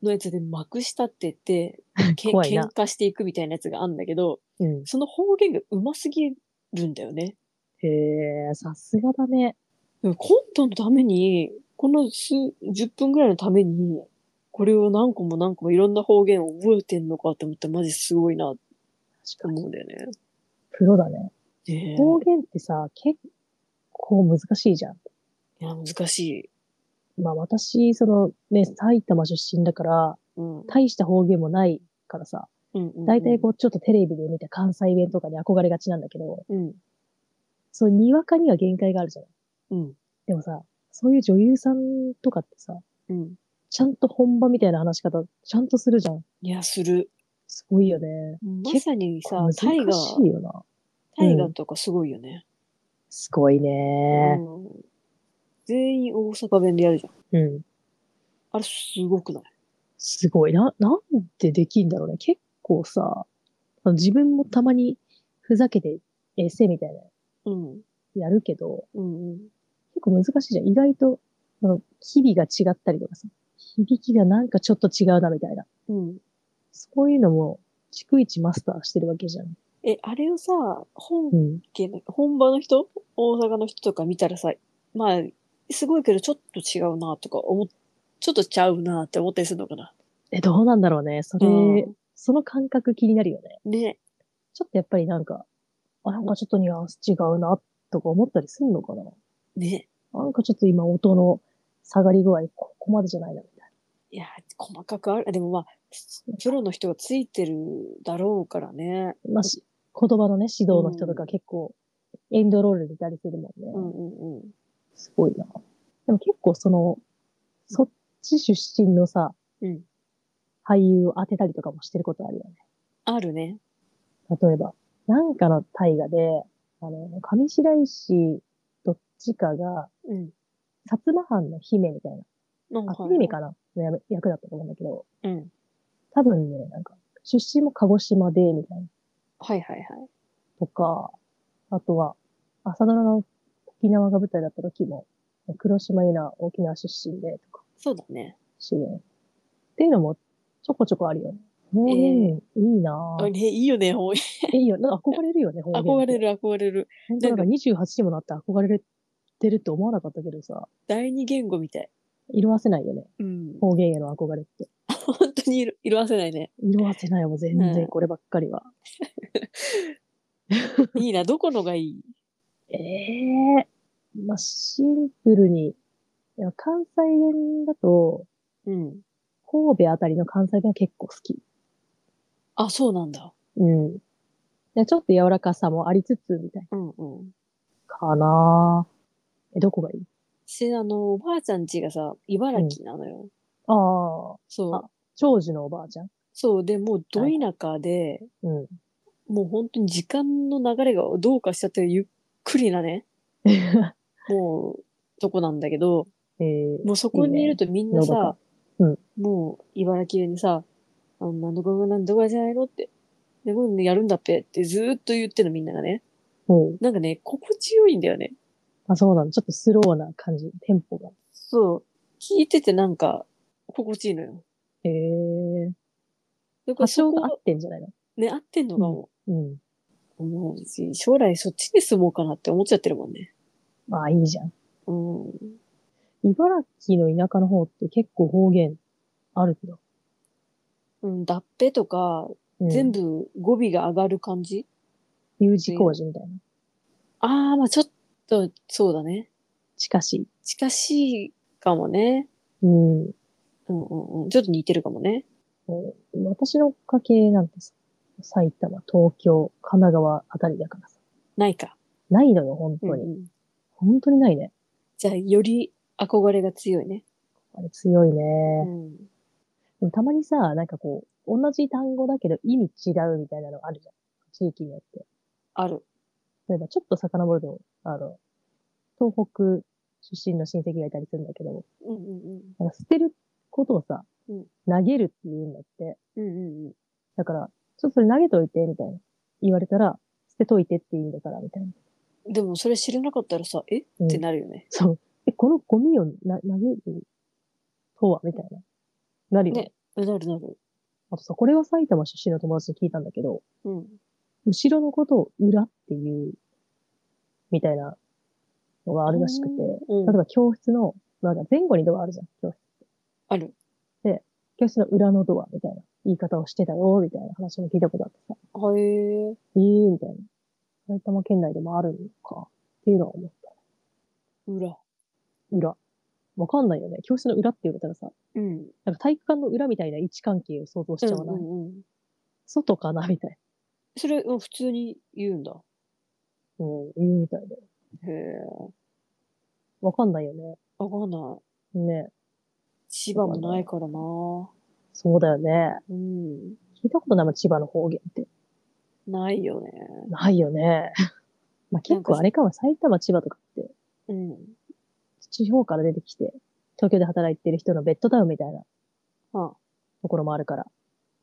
S2: のやつで幕下ってって、け
S1: 怖い
S2: 喧
S1: な。
S2: 嘩していくみたいなやつがあるんだけど、
S1: うん。
S2: その方言が上手すぎるんだよね。
S1: へえ、さすがだね。
S2: でもコントのために、この数、10分ぐらいのために、これを何個も何個もいろんな方言を覚えてんのかと思ったらマジすごいなって
S1: 確かに。
S2: 思うんだよね。
S1: プロだね。
S2: ねえ
S1: 方言ってさ、結構難しいじゃん。
S2: いや、難しい。
S1: まあ私、そのね、埼玉出身だから、
S2: うん。うん
S1: 大した方言もないからさ、
S2: うんうん
S1: 大体こうちょっとテレビで見た関西弁とかに憧れがちなんだけど、
S2: う。うん。
S1: そう、にわかには限界があるじゃん。
S2: うん。
S1: でもさ、そういう女優さんとかってさ、
S2: うん。
S1: ちゃんと本場みたいな話し方、ちゃんとするじゃん。
S2: いや、する。
S1: すごいよね。
S2: まさにさ、
S1: 難
S2: タイガ
S1: しい
S2: ー、
S1: よな。
S2: タイガーとかすごいよね。
S1: すごいうね。
S2: ん全員大阪弁でやるじゃん。
S1: うん。
S2: あれ、すごくない
S1: すごい。な、なんでできんだろうね。結構さ、自分もたまにふざけてエッセイみたいなの
S2: うん。
S1: やるけど、
S2: うんうん。
S1: 結構難しいじゃん。意外と、その、日々が違ったりとかさ、響きがなんかちょっと違うなみたいな。
S2: うん。
S1: そういうのも、逐一マスターしてるわけじゃん。
S2: え、あれをさ、本
S1: うん。
S2: けど本場の人大阪の人とか見たらさまあすごいけどちょっと違うなとか思っちょっとちゃうなって思ったりするのかな。
S1: え、どうなんだろうね。それ、
S2: うん
S1: その感覚気になるよね。
S2: ね
S1: ちょっとやっぱりなんか、あ、なんかちょっとニュアンス違うな、とか思ったりするのかな。
S2: ね
S1: なんかちょっと今音の下がり具合、ここまでじゃないな、みたいな。
S2: いや、細かくある。でもまあ、プロの人がついてるだろうからね。
S1: まあ、し言葉のね、指導の人とか結構、エンドロールでいたりするもんね。
S2: うんうんうん。
S1: すごいな。でも結構その、そっち出身のさ、
S2: うん
S1: 俳優を当てたりとかもしてることあるよね。
S2: あるね。
S1: 例えば、なんかの大河で、あの、上白石どっちかが、
S2: うん。
S1: 薩摩藩の姫みたいな、
S2: なん
S1: あ、姫かなのやめ役だったと思うんだけど、
S2: うん。
S1: 多分ね、なんか、出身も鹿児島で、みたいな、
S2: はいはいはい。
S1: とか、あとは、朝ドラの沖縄が舞台だった時も、黒島優奈、沖縄出身で、とか、
S2: そうだね。
S1: 主演。っていうのも、ちょこちょこあるよね。方言、いいな
S2: あ
S1: ぁ。
S2: ね、いいよね、ほい
S1: えいいよ。なんか憧れるよね、方言って。
S2: 憧れる憧れる。
S1: 本当なんか28にもなって憧れてるって思わなかったけどさ、
S2: 第二言語みたい。
S1: 色褪せないよね。
S2: うん。
S1: 方言への憧れって。
S2: 本当に色色あせないね。
S1: 色褪せないもん全
S2: うん
S1: 然こればっかりは。
S2: いいな、どこのがいい
S1: ええまあシンプルに、いや関西弁だと、
S2: うん。
S1: 神戸あたりの関西弁は結構好き。
S2: あ、そうなんだ。
S1: うん。でちょっと柔らかさもありつつ、みたい
S2: うんうん。
S1: な。かなぁえ、どこがいい
S2: 私、あの、おばあちゃんちがさ、茨城なのよ。
S1: ああ、
S2: そう
S1: あ。長寿のおばあちゃん。
S2: そう。で、もう、ど田舎で、
S1: うん。
S2: もう本当に時間の流れがどうかしちゃって、ゆっくりな ね、もう、とこなんだけど、
S1: えー、
S2: もうそこにいるとみんな
S1: の
S2: さ、
S1: どか
S2: もう茨城弁にさ、あの、なんとかがなんとかじゃないのって、でもねやるんだっぺってずーっと言ってるのみんながね。
S1: もう、
S2: なんかね、心地よいんだよね。
S1: あ、そうなの。ちょっとスローな感じ、テンポが。
S2: そう。聞いててなんか、心地いいのよ。
S1: ええ
S2: だから
S1: 多少
S2: そ
S1: が合
S2: こ
S1: っ、てんじゃないの
S2: ね、合ってんのかも。
S1: うん。
S2: 思うし、将来そっちに住もうかなって思っちゃってるもんね。
S1: まあいいじゃん。
S2: うん。
S1: 茨城の田舎の方って結構方言あるけど。
S2: うん、だっぺとか、
S1: うん、
S2: 全部語尾が上がる感じ
S1: U 字工事みたいな。
S2: ああ、まあちょっと、そうだね。
S1: 近しい。
S2: 近しいかもね。
S1: うん。
S2: うんうんうん。ちょっと似てるかもね。
S1: もう私の家系なんてさ、埼玉、東京、神奈川あたりだからさ。
S2: ないか。
S1: ないのよ、本当に。
S2: うんうん
S1: 本当にないね。
S2: じゃあ、より憧れが強いね。
S1: あれ強いね。
S2: うん。
S1: でもたまにさ、なんかこう、同じ単語だけど意味違うみたいなのあるじゃん。地域によって。
S2: ある。
S1: 例えばちょっと遡ると、あの、東北出身の親戚がいたりするんだけど、
S2: うんうんうん。
S1: なんか捨てることをさ、
S2: うん
S1: 投げるって言うんだって。
S2: うんうんうん。
S1: だから、ちょっとそれ投げといて、みたいな。言われたら、捨てといてって言うんだから、みたいな。
S2: でも、それ知らなかったらさ、えっ
S1: うん
S2: てなるよね。
S1: そう。え、このゴミをな投げるとはみたいな。なるよね。
S2: ねなるなる。
S1: あとさ、これは埼玉出身の友達に聞いたんだけど、
S2: うん。
S1: 後ろのことを裏っていう、みたいなのがあるらしくて、例
S2: うん。
S1: えば教室の、なんか前後にドアあるじゃん。教室
S2: ある。
S1: 教室の裏のドアみたいな言い方をしてたよ、みたいな話も聞いたことあってさ、
S2: はえ
S1: え
S2: ー。
S1: えみたいな。埼玉県内でもあるのか、っていうのは思った。
S2: 裏。
S1: 裏。わかんないよね。教室の裏って言われたらさ、
S2: うん。
S1: なんか体育館の裏みたいな位置関係を想像し
S2: う
S1: ち
S2: ん
S1: ゃわない。
S2: うんうん。
S1: 外かなみたい
S2: それ、うん、普通に言うんだ。
S1: な。うん、言うみたいで。
S2: へえ。
S1: わかんないよね。
S2: わかんない。
S1: ね。
S2: 千葉もないからな。
S1: そうだよね。
S2: うん。
S1: 聞いたことないもん、千葉の方言って。
S2: ないよね。
S1: ないよ ね。まあ結構あれかも、埼玉、千葉とかって、
S2: うん。
S1: 地方から出てきて、東京で働いてる人のベッドタウンみたいな
S2: あ、
S1: ところもあるから、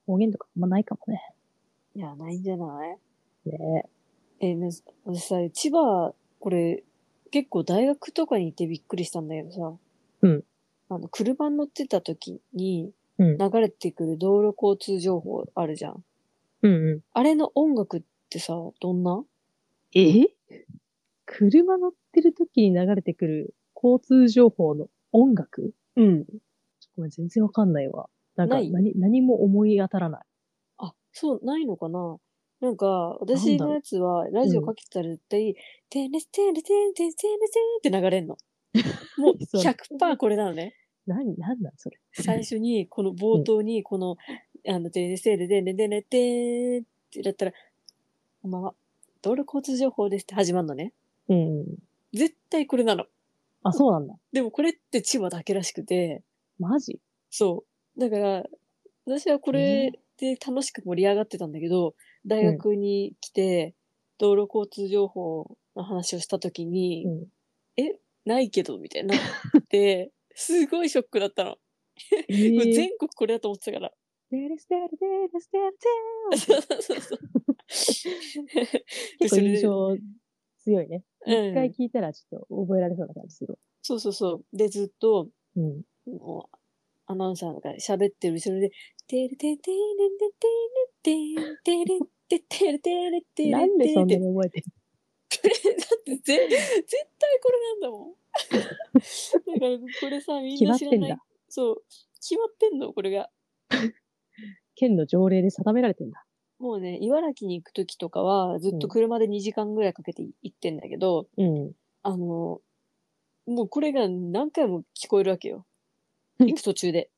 S1: 方言とかあんまないかもね。
S2: いや、ないんじゃない
S1: ねえ。
S2: えーね、私さ、千葉、これ、結構大学とかに行ってびっくりしたんだけどさ、
S1: うん。
S2: あの、車に乗ってた時に
S1: うん。
S2: 流れてくる道路交通情報あるじゃん。
S1: うんうん。
S2: あれの音楽ってさ、どんな
S1: え車乗ってる時に流れてくる交通情報の音楽
S2: うん。
S1: ちょごめん、全然わかんないわ。なんか
S2: ない
S1: 何、何も思い当たらない。
S2: あ、そう、ないのかななんか、私のやつは、ラジオかけてたら絶対、テレステレテレテレテレテレって流れんの。もう
S1: そう
S2: 100%これなのね。
S1: 何、何なんそれ。
S2: 最初に、この冒頭に、この、あの、デネセールで、ねでねてーってだったら、こんばんは。道路交通情報ですって始まるのね。
S1: うん。
S2: 絶対これなの。
S1: あ、そうなんだ。
S2: でもこれって千葉だけらしくて、
S1: マジ
S2: そう。だから、私はこれで楽しく盛り上がってたんだけど、大学に来て、道路交通情報の話をした時に、
S1: うん。
S2: ないけど、みたいになって、すごいショックだったの。
S1: え
S2: もう
S1: ー
S2: 全国これだと思ってたから。
S1: デレステレデレステレデ
S2: そうそうそう。
S1: レ結構印
S2: で
S1: 象強いね。
S2: そ
S1: 一
S2: れでう
S1: 回
S2: ん、
S1: 聞いたらちょっと覚えられそうな感じする。
S2: そうそうそう。で、ずっと、
S1: うん。
S2: もうアナウンサーが喋ってる後ろで、てるてんてんてんてんてんてんてんてんてんてんてんてんてんてんてんてん
S1: なんでそん
S2: て
S1: なんに覚えてる
S2: だってぜ絶対これなんだもん。だからこれさ、みん
S1: 決ま
S2: な
S1: っ
S2: 知ら
S1: てん
S2: ない
S1: だ。。
S2: そう。決まってんの、これが。
S1: 県の条例で定められてんだ。
S2: もうね、茨城に行くときとかは、ずっと車で2時間ぐらいかけて行ってんだけど、
S1: うん。
S2: あの、もうこれが何回も聞こえるわけよ。
S1: うん
S2: 行く途中で。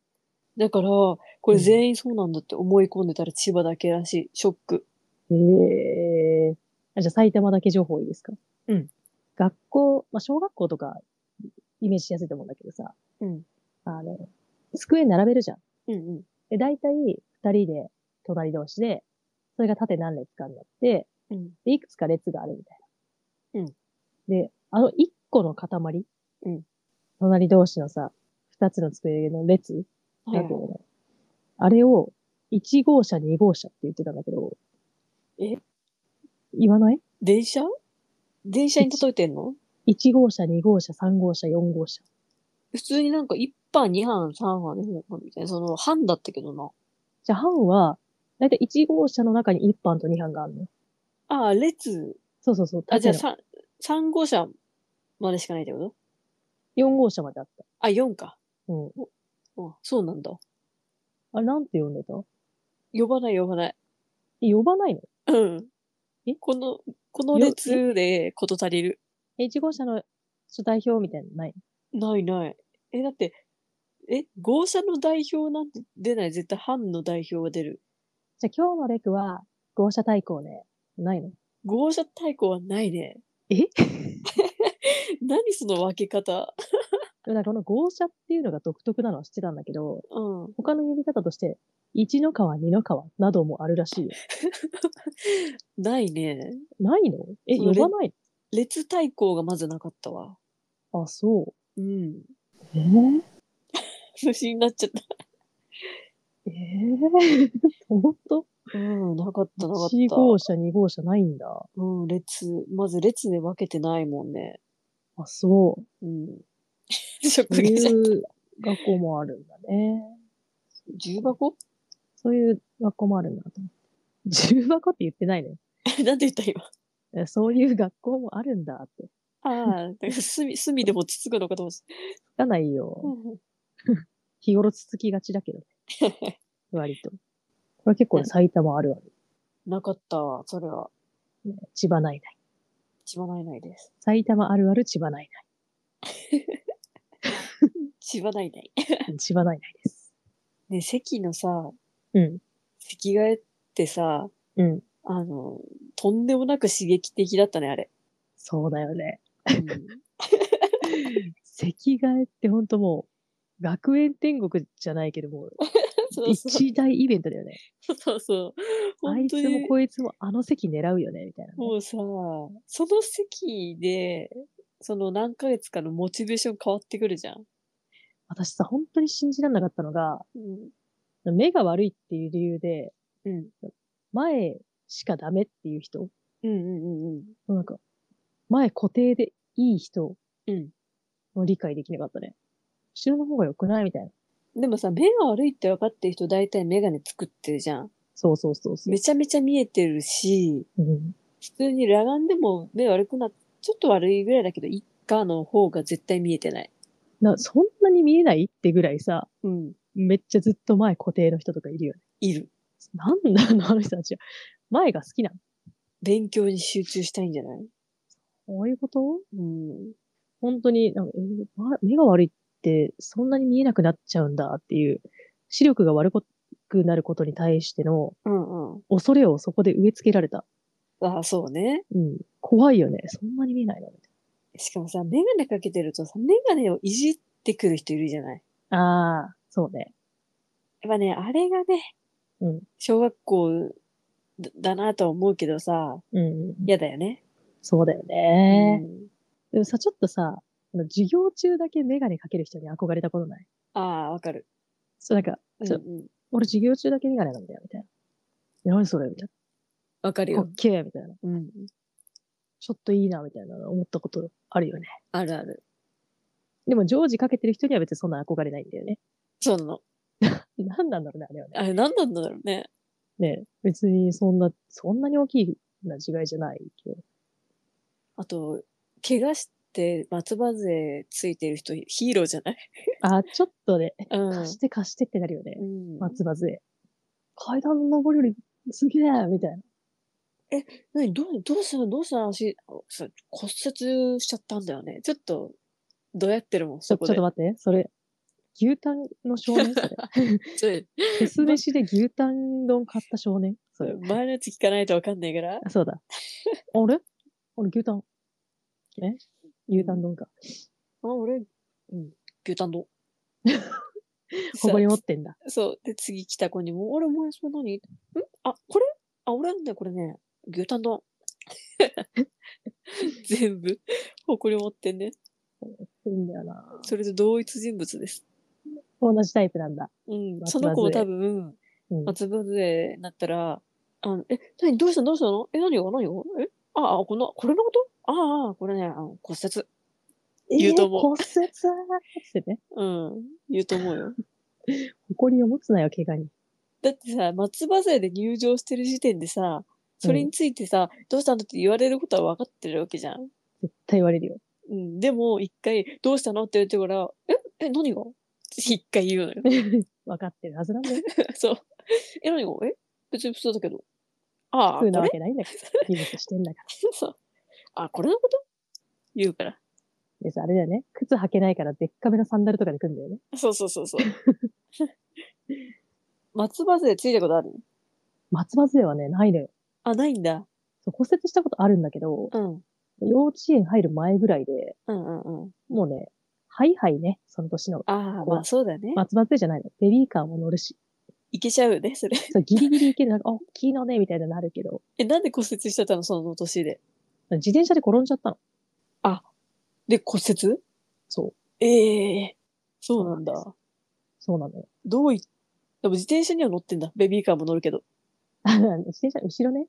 S2: だから、これ全員そうなんだって思い込んでたら千葉だけらしい。ショック。
S1: ええあじゃあ埼玉だけ情報いいですか
S2: うん。
S1: 学校、まあ、小学校とかイメージしやすいと思うんだけどさ、
S2: うん。
S1: あの、机並べるじゃん。
S2: うんうん。
S1: で、大体二人で隣同士で、それが縦何列かになって、
S2: うん。
S1: で、いくつか列があるみたいな。
S2: うん。
S1: で、あの一個の塊、
S2: うん。
S1: 隣同士のさ、二つの机の列、
S2: はい
S1: な
S2: は
S1: ん
S2: い
S1: ていうのかなあれを、1号車、2号車って言ってたんだけど、
S2: え
S1: 言わない
S2: 電車電車に例えてんの
S1: 1号車、2号車、3号車、4号車。
S2: 普通になんか1班、2班、3班、4班みたいな、その班だったけどな。
S1: じゃあ、班は、だいたい1号車の中に1班と2班があるのよ。
S2: ああ、列。
S1: そうそうそう。
S2: あ、じゃあ
S1: 縦の
S2: 3、3号車までしかないってこと
S1: 4号車まであっ
S2: あ、4か。
S1: た。うん。
S2: うんそうなんだ。
S1: あれ、なんて呼んでた
S2: 呼ばない呼ばない。
S1: え呼ばないの
S2: うん。
S1: え
S2: この、この列でこと足りる。
S1: え ?1 号車の代表みたいなのない
S2: ないない。え、だって、え、合社の代表なんて出ない。絶対班の代表が出る。
S1: じゃあ、今日のレクは、号車対抗ね。ないの
S2: 合社対抗はないね。
S1: え
S2: 何その分け方。
S1: でもなんかこの号車っていうのが独特なのは知ってたんだけど、
S2: うん。
S1: 他の呼び方として、一の川、二の川などもあるらしいよ。
S2: ないね。
S1: ないのえ、
S2: そ
S1: 呼
S2: れ
S1: ばない
S2: 列対抗がまずなかったわ。
S1: あ、そう。
S2: うん。
S1: えー、
S2: 不思議になっちゃっ
S1: えー、 本当
S2: た。うん、なかったなかった。
S1: ?1 号車、2号車ないんだ。
S2: うん、列。まず列で分けてないもんね。
S1: あ、そう。
S2: うん。シ
S1: そ
S2: ョッ
S1: う
S2: ク受けちゃった
S1: いう学校もあるんだね。
S2: 重箱
S1: そういう学校もあるんだなと思って。重箱って言ってないね。
S2: なんて言った今。
S1: えそういう学校もあるんだって。
S2: ああ、なんか 隅、隅でもつつくのかと思って
S1: つかない
S2: た。
S1: よ。日頃つつきがちだけどね。 割と。これ結構ね埼玉あるあ
S2: なかったわ、それは。
S1: る。千葉ないない。
S2: 千葉ないないです。
S1: 埼玉あるある千葉ない
S2: 千葉ないない。
S1: ない。千葉ないないです。
S2: ね、席のさ、
S1: うん。
S2: 席替えってさ、
S1: うん。
S2: あの、とんでもなく刺激的だったね、あれ。
S1: そうだよね。
S2: うん
S1: 席替えって本当もう、学園天国じゃないけど もう、
S2: そうそう。
S1: 一大イベントだよね。
S2: そうそう。
S1: あ
S2: 本
S1: い
S2: 当
S1: つも
S2: に。
S1: こいつもあの席狙うよね、みたいなね、
S2: もうさ、その席で、その何ヶ月かのモチベーション変わってくるじゃん。
S1: 私さ、本当に信じられなかったのが、
S2: うん。
S1: 目が悪いっていう理由で、
S2: うん。
S1: 前しかダメっていう人、
S2: うんうんうんうん。
S1: なんか、前固定でいい人
S2: うん
S1: の理解できなかったね。後ろの方が良くないみたいな。
S2: でもさ、目が悪いって分かってる人、大体メガネ作ってるじゃん。
S1: そうそうそうそう、
S2: めちゃめちゃ見えてるし、
S1: うん。
S2: 普通に裸眼でも目悪くなっちょっと悪いぐらいだけど、一家の方が絶対見えてない。
S1: な。そんなに見えないってぐらいさ、
S2: うん。
S1: めっちゃずっと前固定の人とかいるよね。
S2: いる。
S1: なんなの、あの人たちは。前が好きなの
S2: 勉強に集中したいんじゃない
S1: こういうこと
S2: うん。
S1: 本当になんか、えーま目が悪いっってそんなに見えなくなっちゃうんだっていう、視力が悪くなることに対しての
S2: うんうん。
S1: 恐れをそこで植え付けられた。
S2: ああ、そうね。
S1: うん。怖いよね。そんなに見えないのみたい
S2: しかもさ、メガネかけてるとさ、メガネをいじってくる人いるじゃない。
S1: な。ああ、そうね。
S2: やっぱね、あれがね、
S1: うん
S2: 小学校だだなとは思うけどさ、
S1: うん。
S2: 嫌だよね。
S1: そうだよ
S2: え
S1: ね。でもさ、ちょっとさ、あの授業中だけメガネかける人に憧れたことない
S2: ああ、わかる。
S1: そう、なんか、
S2: うん
S1: そう
S2: うん。
S1: 俺授業中だけメガネなんだよ、みたいな。いや何それみたい
S2: わかる
S1: な。か
S2: よ
S1: っ。けえみたいな。
S2: うん。
S1: ちょっといいな、みたいな思ったことあるよね。
S2: あるある。
S1: でも、常時かけてる人には別にそんな憧れないんだよね。
S2: そうなの。
S1: 何なんだろうね、あれはね。
S2: あれ何なんだろうね。
S1: ね別にそんな、そんなに大きいな違いじゃないけど。
S2: あと、怪我して松葉杖ついてる人ヒーローじゃ ない
S1: あ、ちょっとね、
S2: うん
S1: 貸して貸してってなるよね。
S2: うん
S1: 松葉杖。階段の登りよりすげえみたいな。
S2: 何どう、どうしたどうした足、あそう骨折しちゃったんだよね。ちょっと、どうやってるもん、
S1: ちょちょ
S2: そこ
S1: っ
S2: で。
S1: と待って、それ、牛タンの少年 それ。
S2: それ
S1: フェス飯で牛タン丼買った少年それ。
S2: 前のやつ聞かないとわかんないから。
S1: あそうだ。あれあれ牛タン。え牛タン丼か。
S2: あ、俺、うん、牛タン 丼。
S1: ここに持っ
S2: さ
S1: てんだ。
S2: そう。で、次来た子にも、あれ、お前、それ何んあ、これあ、俺なんだよ、これね。牛タン丼。 全部、誇り持ってんね。
S1: いいんだよな。
S2: それと同一人物です。
S1: 同じタイプなんだ。
S2: うん。
S1: 松葉
S2: その子も
S1: 杖
S2: 多分、
S1: うん。
S2: 松葉杖になったら、あの、え、何どうしたのどうしたのえ、何が何がえああ、この、これのことああああ、これね、あの骨折。言うと思う
S1: えー骨折ってね。
S2: うん。言うと思うよ。
S1: 誇りを持つなよ、怪我に。
S2: だってさ、松葉杖で入場してる時点でさ、それについてさ、どうしたのって言われることは分かってるわけじゃん。
S1: 絶対言われるよ。
S2: うん。でも、一回、どうしたのって言ってから、え、え、何がって一回言うのよ。
S1: 分かってるはずなんだよ。
S2: そう。え、何がえ別に普通だけど。ああ、
S1: 普
S2: こ
S1: 通なわ
S2: れ
S1: けないんだから。技術してんだから。
S2: そう。あ、これのこと言うから。
S1: でさ、あれだよね。靴履けないから、でっかめのサンダルとかで来んだよね。
S2: そうそうそうそう。 松葉杖ついたことある
S1: 松葉杖はね、ないのよ。
S2: あ、ないんだ。
S1: そう骨折したことあるんだけど、
S2: うん。うん
S1: 幼稚園入る前ぐらいで、
S2: うんうん。
S1: もうね、はいはいね、その年の。
S2: ああ、
S1: こう
S2: まあそうだね。
S1: 松葉杖じゃないの。ベビーカーも乗るし。
S2: いけちゃうね、それ。
S1: そうギリギリいける。なんか、あ、大きいのね、みたいなのあるけど、
S2: え、なんで骨折しちゃったのその年で。
S1: 自転車で転んじゃったの。
S2: で、骨折
S1: そう。
S2: ええそうなんだ。
S1: そうそうなのよ。
S2: どうい、でも自転車には乗ってんだ。ベビーカーも乗るけど。
S1: あの自転車、後ろね。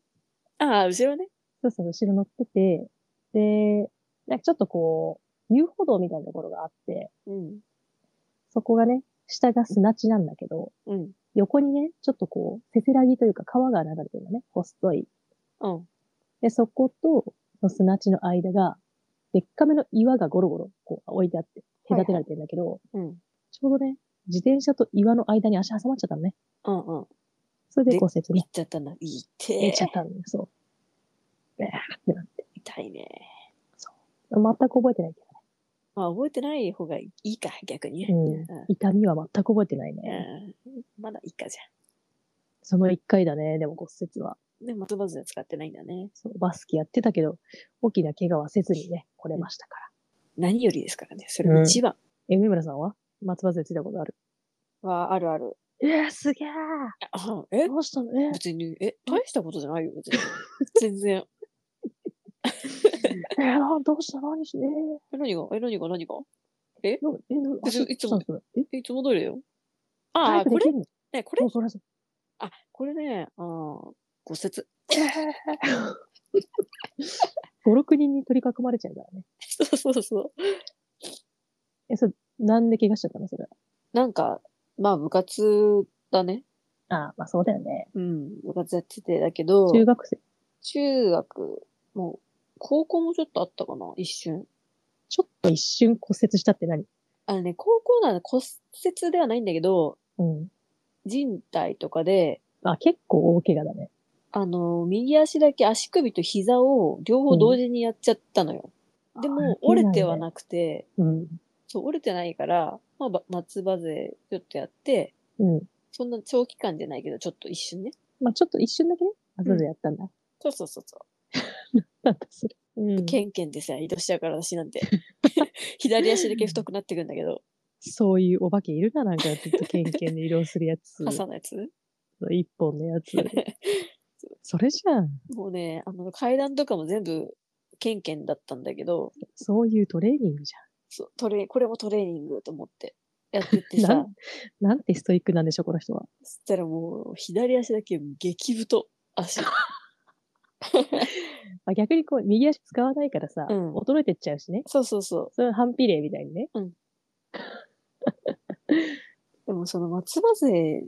S2: ああ、後ろね。
S1: そうそう、後ろ乗ってて、で、なんかちょっとこう、遊歩道みたいなところがあって、
S2: うん。
S1: そこがね、下が砂地なんだけど、
S2: うん。
S1: 横にね、ちょっとこう、せせらぎというか川が流れてるのね、細い。
S2: うん。
S1: で、そこと、その砂地の間が、でっかめの岩がゴロゴロ、こう、置いてあって、隔てられてるんだけど、
S2: うん。
S1: ちょうどね、自転車と岩の間に足挟まっちゃったのね。
S2: うんうん。
S1: それで
S2: で
S1: 骨折
S2: 行
S1: ね
S2: っ、ちゃったんだ。いて
S1: えちゃったんだよ、そう。えーってなって。
S2: 痛いね。
S1: 全く覚えてないけ
S2: まあ覚えてない方がいいか、逆にね。
S1: どね。うん。痛みは全く覚えてないね。
S2: うん。まだいいかじゃ
S1: その一回だね、でも骨折は。
S2: ん。で、松葉杖使ってないんだね。
S1: そうバスケやってたけど、大きな怪我はせずにね、来れましたか
S2: 何よりですからね。それが一番
S1: ら。え、梅村さんは松葉杖ついたことある
S2: はあるある。
S1: えー、すげえ
S2: あえ
S1: どうしたのえ
S2: 別に、え、大したことじゃないよ、別 に。全然。
S1: ー、えーどうした何してえー
S2: え、何がえ、何が何が
S1: なえ、な
S2: 別にいつも
S1: 足どうしたのえ
S2: え、いつも通りだよ。
S1: あ
S2: ああ、これ
S1: こ
S2: ね、これ
S1: そうそれそ
S2: あ、これね、あー骨折。
S1: れ。5、6人に取り囲まれちゃうからね。
S2: そうそうそう。
S1: え、それ、なんで怪我しちゃったのそれ。
S2: なんか、まあ部活だね。
S1: ああ、まあそうだよね。
S2: うん、部活やってて、だけど、
S1: 中学生。
S2: 中学も、高校もちょっとあったかな、一瞬。
S1: ちょっと一瞬骨折したって何
S2: あのね、高校なら骨折ではないんだけど、
S1: うん。
S2: 人体とかで、
S1: あ、結構大怪我だね。
S2: あの、右足だけ足首と膝を両方同時にやっちゃったのよ。で
S1: あ
S2: も、
S1: 見え
S2: 折
S1: ないね
S2: れてはなくて、
S1: うん。
S2: そう、折れてないから、まあば、夏バゼちょっとやって、
S1: うん。
S2: そんな長期間じゃないけど、ちょっと一瞬ね。
S1: まあちょっと一瞬だけね、あざとやったんだ。
S2: そうそうそうそ
S1: なんだそれ。う
S2: う。ケンケンでさ、移動しちゃうから私 なんて。左足だけ太くなってくんだけど、
S1: そういうお化けいるかなんか、ずっとケンケンで移動するや つ。
S2: 傘のやつ。
S1: 一本のやつ。それじゃん。
S2: もうね、あの、階段とかも全部、ケンケンだったんだけど、
S1: そういうトレーニングじ
S2: そうトレこれもトレーニングと思ってやって って
S1: な
S2: さ
S1: ん、ゃん。なんてストイックなんでしょう、この人は。
S2: そしたらもう、左足だけ激太、足。
S1: まあ、逆にこう、右足使わないからさ、
S2: うん
S1: 衰えてっちゃうしね。
S2: そうそうそ
S1: それは反比例みたいにね。
S2: う。でもその松葉勢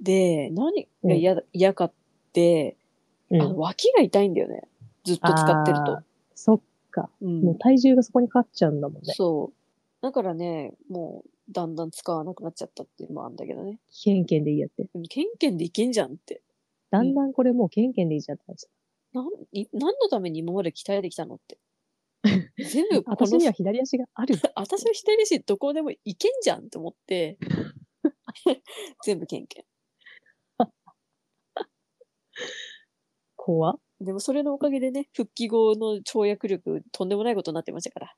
S2: で、何が嫌だ嫌かって、
S1: う
S2: あの。脇が痛いんだよね。ずっと使ってる
S1: あー
S2: と。
S1: そっ
S2: う。
S1: もうん体重がそこにかかっちゃうんだもんね。
S2: そう。だからね、もう、だんだん使わなくなっちゃったっていうのもあるんだけどね。
S1: ケンケンでいいやって。
S2: でもケンケンでいけんじゃんって。
S1: だんだんこれもうケンケンでいいじゃんって感じ。
S2: なん、い何のために今まで鍛えてきたのって。全部こ
S1: 私には
S2: の、
S1: 左足があ る。
S2: 私の左足どこでもいけんじゃんと思って、 全部ケンケ
S1: 怖っ
S2: ン。でもそれのおかげでね、復帰後の跳躍力とんでもないことになってましたか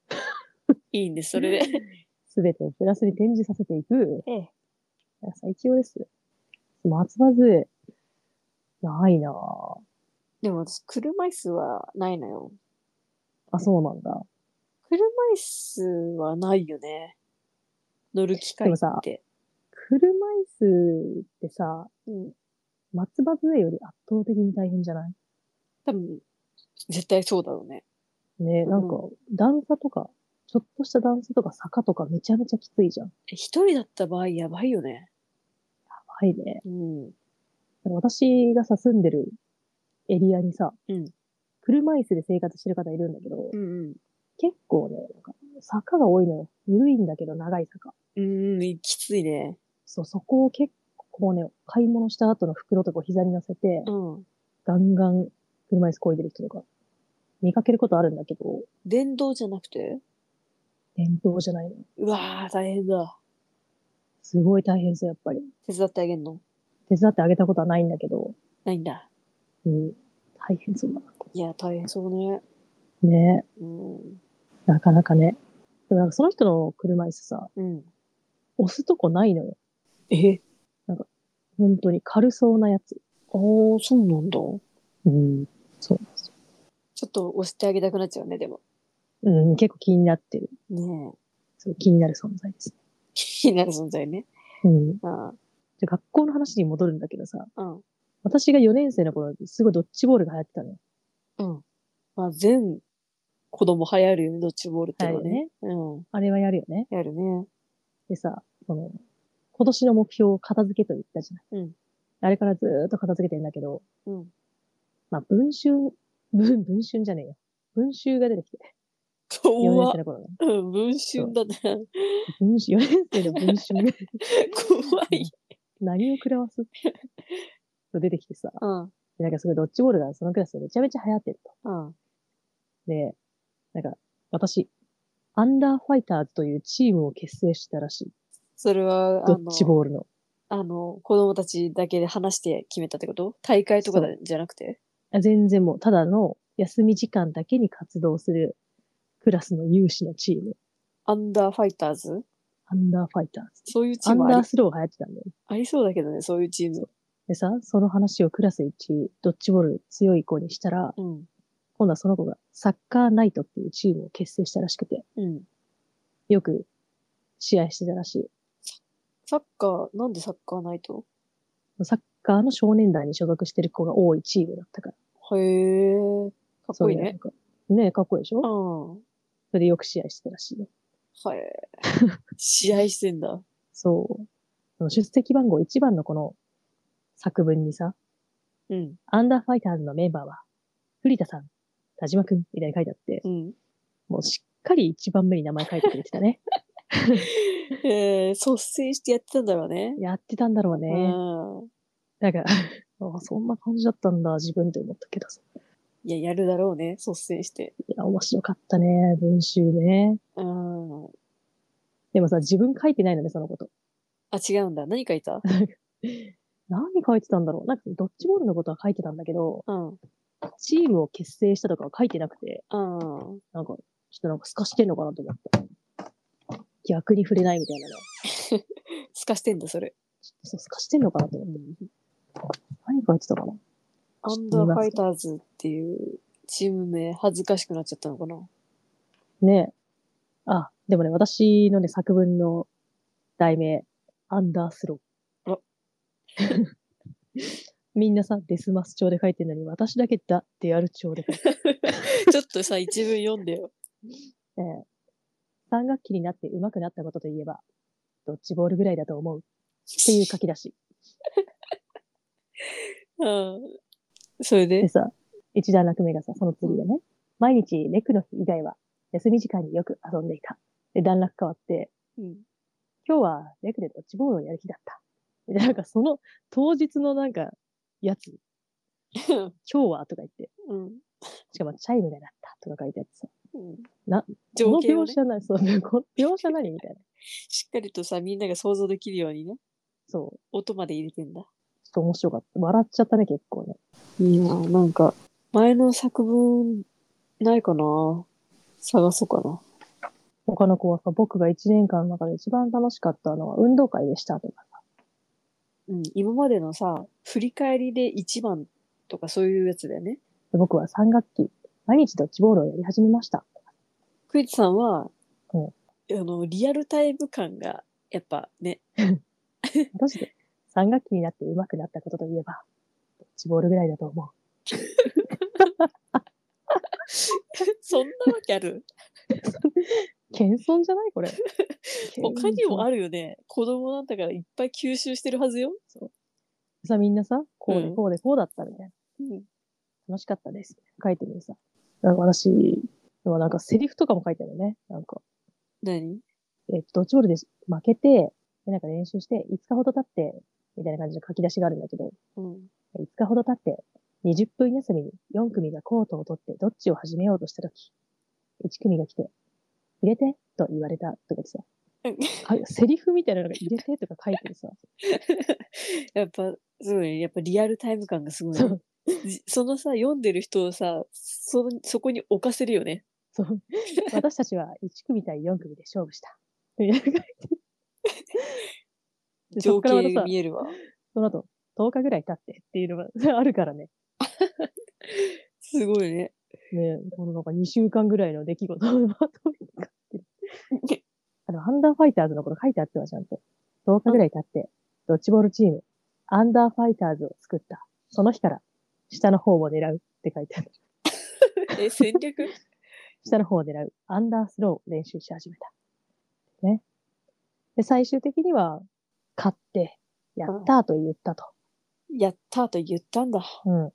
S2: ら。いいんです、それで。
S1: すべてをプラスに転じさせていく。
S2: ええ
S1: いや最強です。松葉杖、ないなぁ。
S2: でも私、車椅子はないのよ。
S1: あ、そうなんだ。
S2: 車椅子はないよね。乗る機会って。
S1: 車椅子ってさ、
S2: うん。
S1: 松葉杖より圧倒的に大変じゃない
S2: 多分、絶対そうだろうね。
S1: ねなんか、段差とか、ちょっとした段差とか坂とかめちゃめちゃきついじゃん。
S2: 一人だった場合やばいよね。
S1: はいね。
S2: うん。
S1: なんか私がさ、住んでるエリアにさ、
S2: うん
S1: 車椅子で生活してる方いるんだけど、
S2: うんうん。
S1: 結構ね、なんか坂が多いのよ。緩いんだけど長い坂。
S2: うーん、きついね。
S1: そう、そこを結構ね、買い物した後の袋とかを膝に乗せて、
S2: うん。
S1: ガンガン車椅子こいでる人とか、見かけることあるんだけど、
S2: 電動じゃなくて
S1: 伝統じゃないの。
S2: うわー、大変だ。
S1: すごい大変そう、やっぱり。
S2: 手伝ってあげんの
S1: 手伝ってあげたことはないんだけど、
S2: ないんだ。
S1: うん、大変そうだな。
S2: いや、大変そうね。
S1: ね
S2: うん。
S1: なかなかね。でもなんかその人の車椅子さ、
S2: うん。
S1: 押すとこないのよ。
S2: え
S1: 本当に軽そうなやつ。
S2: あー、そうなんだ。
S1: うん、そうなんです
S2: ちょっと押してあげたくなっちゃうね、でも。
S1: よ。うん、結構気になってる。
S2: ねえ。
S1: そう気になる存在です。
S2: 気になる存在ね。
S1: うん。じ
S2: あ
S1: ゃあ学校の話に戻るんだけどさ、
S2: あ、うん。
S1: 私が4年生の頃、すごいドッジボールが流行ってたのよ。
S2: うん。まあ、全子供流行るよね、ドッジボールってのは
S1: 流行
S2: ね。うん。
S1: あれはやるよね。
S2: やるね。
S1: でさ、その、今年の目標を片付けと言ったじゃない。
S2: うん
S1: あれからずーっと片付けてんだけど、
S2: うん。
S1: まあ、文春、文、文春じゃねえよ。文集が出てきて、4年
S2: 怖っ
S1: 生。の頃の。
S2: うん、文春だね。
S1: 文集、4年生の文春が
S2: 怖い。
S1: 何を食らわす と出てきてさ、
S2: うん。うん。
S1: でなんかすごいドッジボールがそのクラスでめちゃめちゃ流行ってると。
S2: あ
S1: で、なんか、私、アンダーファイターズというチームを結成してたらしい。
S2: それは、あ
S1: ド
S2: の、
S1: ッジボールの。
S2: あの、子供たちだけで話して決めたってこと大会とかだじゃなくて
S1: あ全然もう、ただの休み時間だけに活動するクラスの有志のチーム。
S2: アンダーファイターズ
S1: アンダーファイターズ。
S2: そういうチ
S1: ア
S2: ー
S1: ン
S2: ムあ
S1: ダー
S2: り
S1: スローが流行ってたんだよね。
S2: ありそうだけどね、そういうチーム。
S1: でさ、その話をクラス1、ドッジボール強い子にしたら、
S2: うん。
S1: 今度はその子がサッカーナイトっていうチームを結成したらしくて、
S2: うん。
S1: よく試合してたらしい。
S2: サッカー、なんでサッカーないと
S1: サッカーの少年団に所属してる子が多いチームだったから。
S2: へえ。かっこ
S1: そうな
S2: いい
S1: ん
S2: ね。
S1: かねえ、かっこいいでしょ
S2: うん。は
S1: それでよく試合してたらしいよ。
S2: い。試合してんだ。
S1: そう。その出席番号1番のこの作文にさ、
S2: うん。
S1: アンダーファイターズのメンバーは、栗田さん、田島くん、みたいに書いてあって、
S2: うん。
S1: もうしっかり一番目に名前書いてくれてたね。
S2: えー、率先してやってたんだろう ね。
S1: やってたんだろうね。
S2: うん。
S1: なんか、あそんな感じだったんだ、自分って思ったけどさ。
S2: いや、やるだろうね、率先して。
S1: いや、面白かったね、文集ね。
S2: うん。
S1: でもさ、自分書いてないのね、そのこと。
S2: あ、違うんだ。何書いた
S1: 何書いてたんだろうなんかドッジボールのことは書いてたんだけど、
S2: うん。
S1: チームを結成したとかは書いてなくて、
S2: うん。
S1: なんか、ちょっとなんか透かしてんのかなと思った。逆に触れないみたいなね。
S2: すかしてんだ、それ。
S1: ちょっとそう、透かしてんのかなと思って。何書いてたかな
S2: アンダーファイターズっていうチーム名、恥ずかしくなっちゃったのかな
S1: ねえ。あ、でもね、私のね、作文の題名、アンダースロ
S2: あら
S1: ー。 みんなさ、デスマス調で書いてるのに、私だけだ、デアル調で書いてる。
S2: ちょっとさ、一文読んでよ。
S1: ええ三学期になって上手くなったことといえば、ドッジボールぐらいだと 思うっていう書き出し。
S2: うん。それ
S1: で
S2: で
S1: さ、一段落目がさ、その次がね、毎日レクの日以外は休み時間によく遊んでいた。で、段落変わって、
S2: うん。
S1: 今日はレクでドッジボールをやる日だった。で、なんかその当日のなんか、や つ、今日はとか言って、
S2: うん。
S1: しかもチャイムが鳴ったとか書いてあってさ、
S2: うん
S1: な、
S2: 情景
S1: この
S2: を、ね
S1: 描、写何、そう、こ描写何みたいな。
S2: しっかりとさ、みんなが想像できるようにね、
S1: そう、
S2: 音まで入れてんだ。
S1: ちょっと面白かった。笑っちゃったね、結構ね。
S2: いいなぁなんか、前の作文、ないかな探そうかな。
S1: 他の子はさ、僕が一年間の中で一番楽しかったのは運動会でしたとかさ。
S2: うん、今までのさ、振り返りで一番とかそういうやつだよね。
S1: で僕は三学期、毎日ドッジボールをやり始めました。
S2: クイズさんは、
S1: うん
S2: あの、リアルタイム感が、やっぱね、
S1: マジで、三学期になって上手くなったことといえば、ドッジボールぐらいだと思う。
S2: そんなわけあ る
S1: 謙遜じゃないこれ。
S2: 他にも
S1: る。
S2: あるよね。子供なんだからいっぱい吸収してるはずよ。
S1: さ、みんなさ、こう
S2: う
S1: で
S2: ん
S1: こうでこうだったみたいな。
S2: うん、
S1: 楽しかったです。書いてみるさ。なんか私、でもなんかセリフとかも書いてあるよね。なんか、
S2: 何
S1: えっと、ドッジボールで負けて、でなんか練習して、5日ほど経って、みたいな感じの書き出しがあるんだけど、
S2: うん。
S1: 5日ほど経って、20分休みに4組がコートを取ってどっちを始めようとしたとき、1組が来て、入れてと言われたとかさ
S2: うん、
S1: あセリフみたいなのが入れてとか書いてるさ、
S2: やっぱ、そうね。やっぱリアルタイム感がすごいね、
S1: そう
S2: じそのさ、読んでる人をさ、そ、そこに置かせるよね。
S1: そう私たちは1組対4組で勝負した。みたいな書いてでそ
S2: 情
S1: っからま
S2: 景
S1: た
S2: が
S1: さ、
S2: 見えるわ。
S1: その後10日ぐらい経ってっていうのがあるからね。
S2: すごいね。
S1: ねこのなんか2週間ぐらいの出来事をま とめて書いてる。あの、アンダーファイターズのこと書いてあってはちゃんと。10日ぐらい経って、ドッジボールチーム、アンダーファイターズを作った。その日から、下の方を狙うって書いてある。
S2: え、戦略
S1: 下の方を狙う、アンダースローを練習し始めた。ね。で、最終的には、勝って、やったーと言ったと。
S2: やったーと言ったんだ。
S1: うん。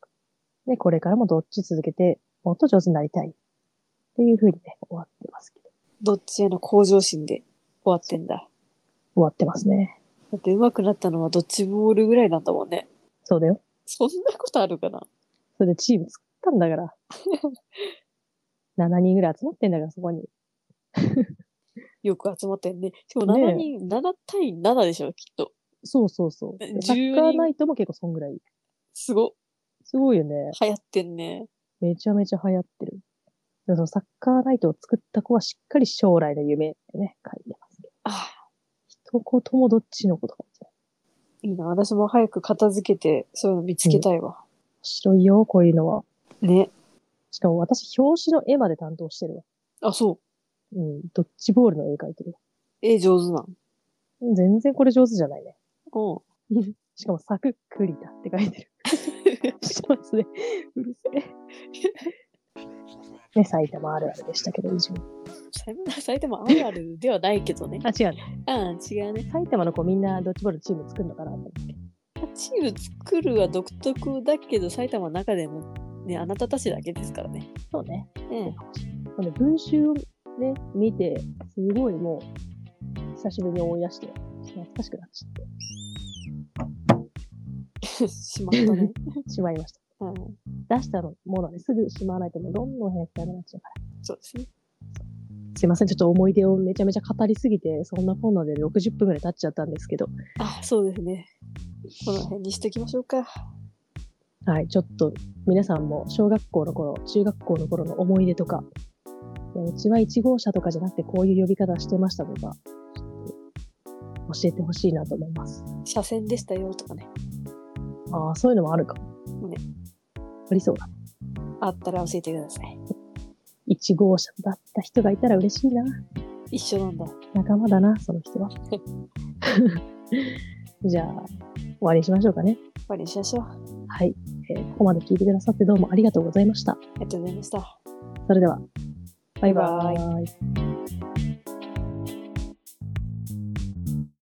S1: で、これからもどっち続けて、もっと上手になりたい。っていう風にね、終わってますけど。
S2: どっちへの向上心で終わってんだ。
S1: 終わってますね。
S2: だって上手くなったのはドッジボールぐらいなんだもんね。
S1: そうだよ。
S2: そんなことあるかな
S1: それでチーム作ったんだから。7人ぐらい集まってんだから、そこに。
S2: よく集まってんね。しかも
S1: ねえ
S2: 7人、7対7でしょ、きっと。
S1: そうそうそう。で
S2: 10
S1: サッカー
S2: 人
S1: ナイトも結構そんぐらい。
S2: すご。
S1: すごいよね。
S2: 流行ってんね。
S1: めちゃめちゃ流行ってる。でもそのサッカーナイトを作った子はしっかり将来の夢ってね、書いてますけど。
S2: あ
S1: 一言もどっちのことかってない。
S2: いいな。私も早く片付けて、そういうの見つけたいわ。
S1: 面白いよ、こういうのは。
S2: ね。
S1: しかも私、表紙の絵まで担当してるわ。
S2: あ、そ
S1: う
S2: う。
S1: ん、ドッジボールの絵描いてるわ。
S2: 絵上手なん。
S1: 全然これ上手じゃないね。
S2: うん。
S1: しかも、サクックリだって書いてる。してますね。うるせえ。ね、埼玉あるあるでしたけど、以上。
S2: 埼玉 埼玉あるあるではないけどね。
S1: あ、違うね。
S2: ああ、違うね。
S1: 埼玉の子みんなドッジボールチーム作るのかなと思って。
S2: チーム作るは独特だけど、埼玉の中でも、ね、あなたたちだけですからね。
S1: そうね。
S2: うん。
S1: ほんで、文集をね、見て、すごいもう、久しぶりに思い出して、懐かしくなっちゃっ
S2: しまったね。
S1: てしまいまし
S2: うん。
S1: た。出したものはね、すぐしまわないともうどんどん早くダメになっちゃうから。
S2: そうですね。
S1: すいません、ちょっと思い出をめちゃめちゃ語りすぎて、そんなこんなで60分ぐらい経っちゃったんですけど、
S2: あ、そうですね。この辺にしときましょうか。
S1: はい、ちょっと皆さんも小学校の頃、中学校の頃の思い出とか、いやうちは1号車とかじゃなくてこういう呼び方してましたとか、ちょっと教えてほしいなと思います。
S2: 車線でしたよとかね。
S1: ああ、そういうのもあるか。
S2: ね。
S1: ありそうだ。
S2: あったら教えてください。
S1: 1号車だった人がいたら嬉しいな。
S2: 一緒なんだ。
S1: 仲間だな、その人は。 じゃあ、終わりにしましょうかね。
S2: 終わりにしましょう。あ
S1: はい、えーここまで聞いてくださってどうもありがとうございました。
S2: りがとうございました。
S1: それでは、バイバ
S2: バイ
S1: ーイ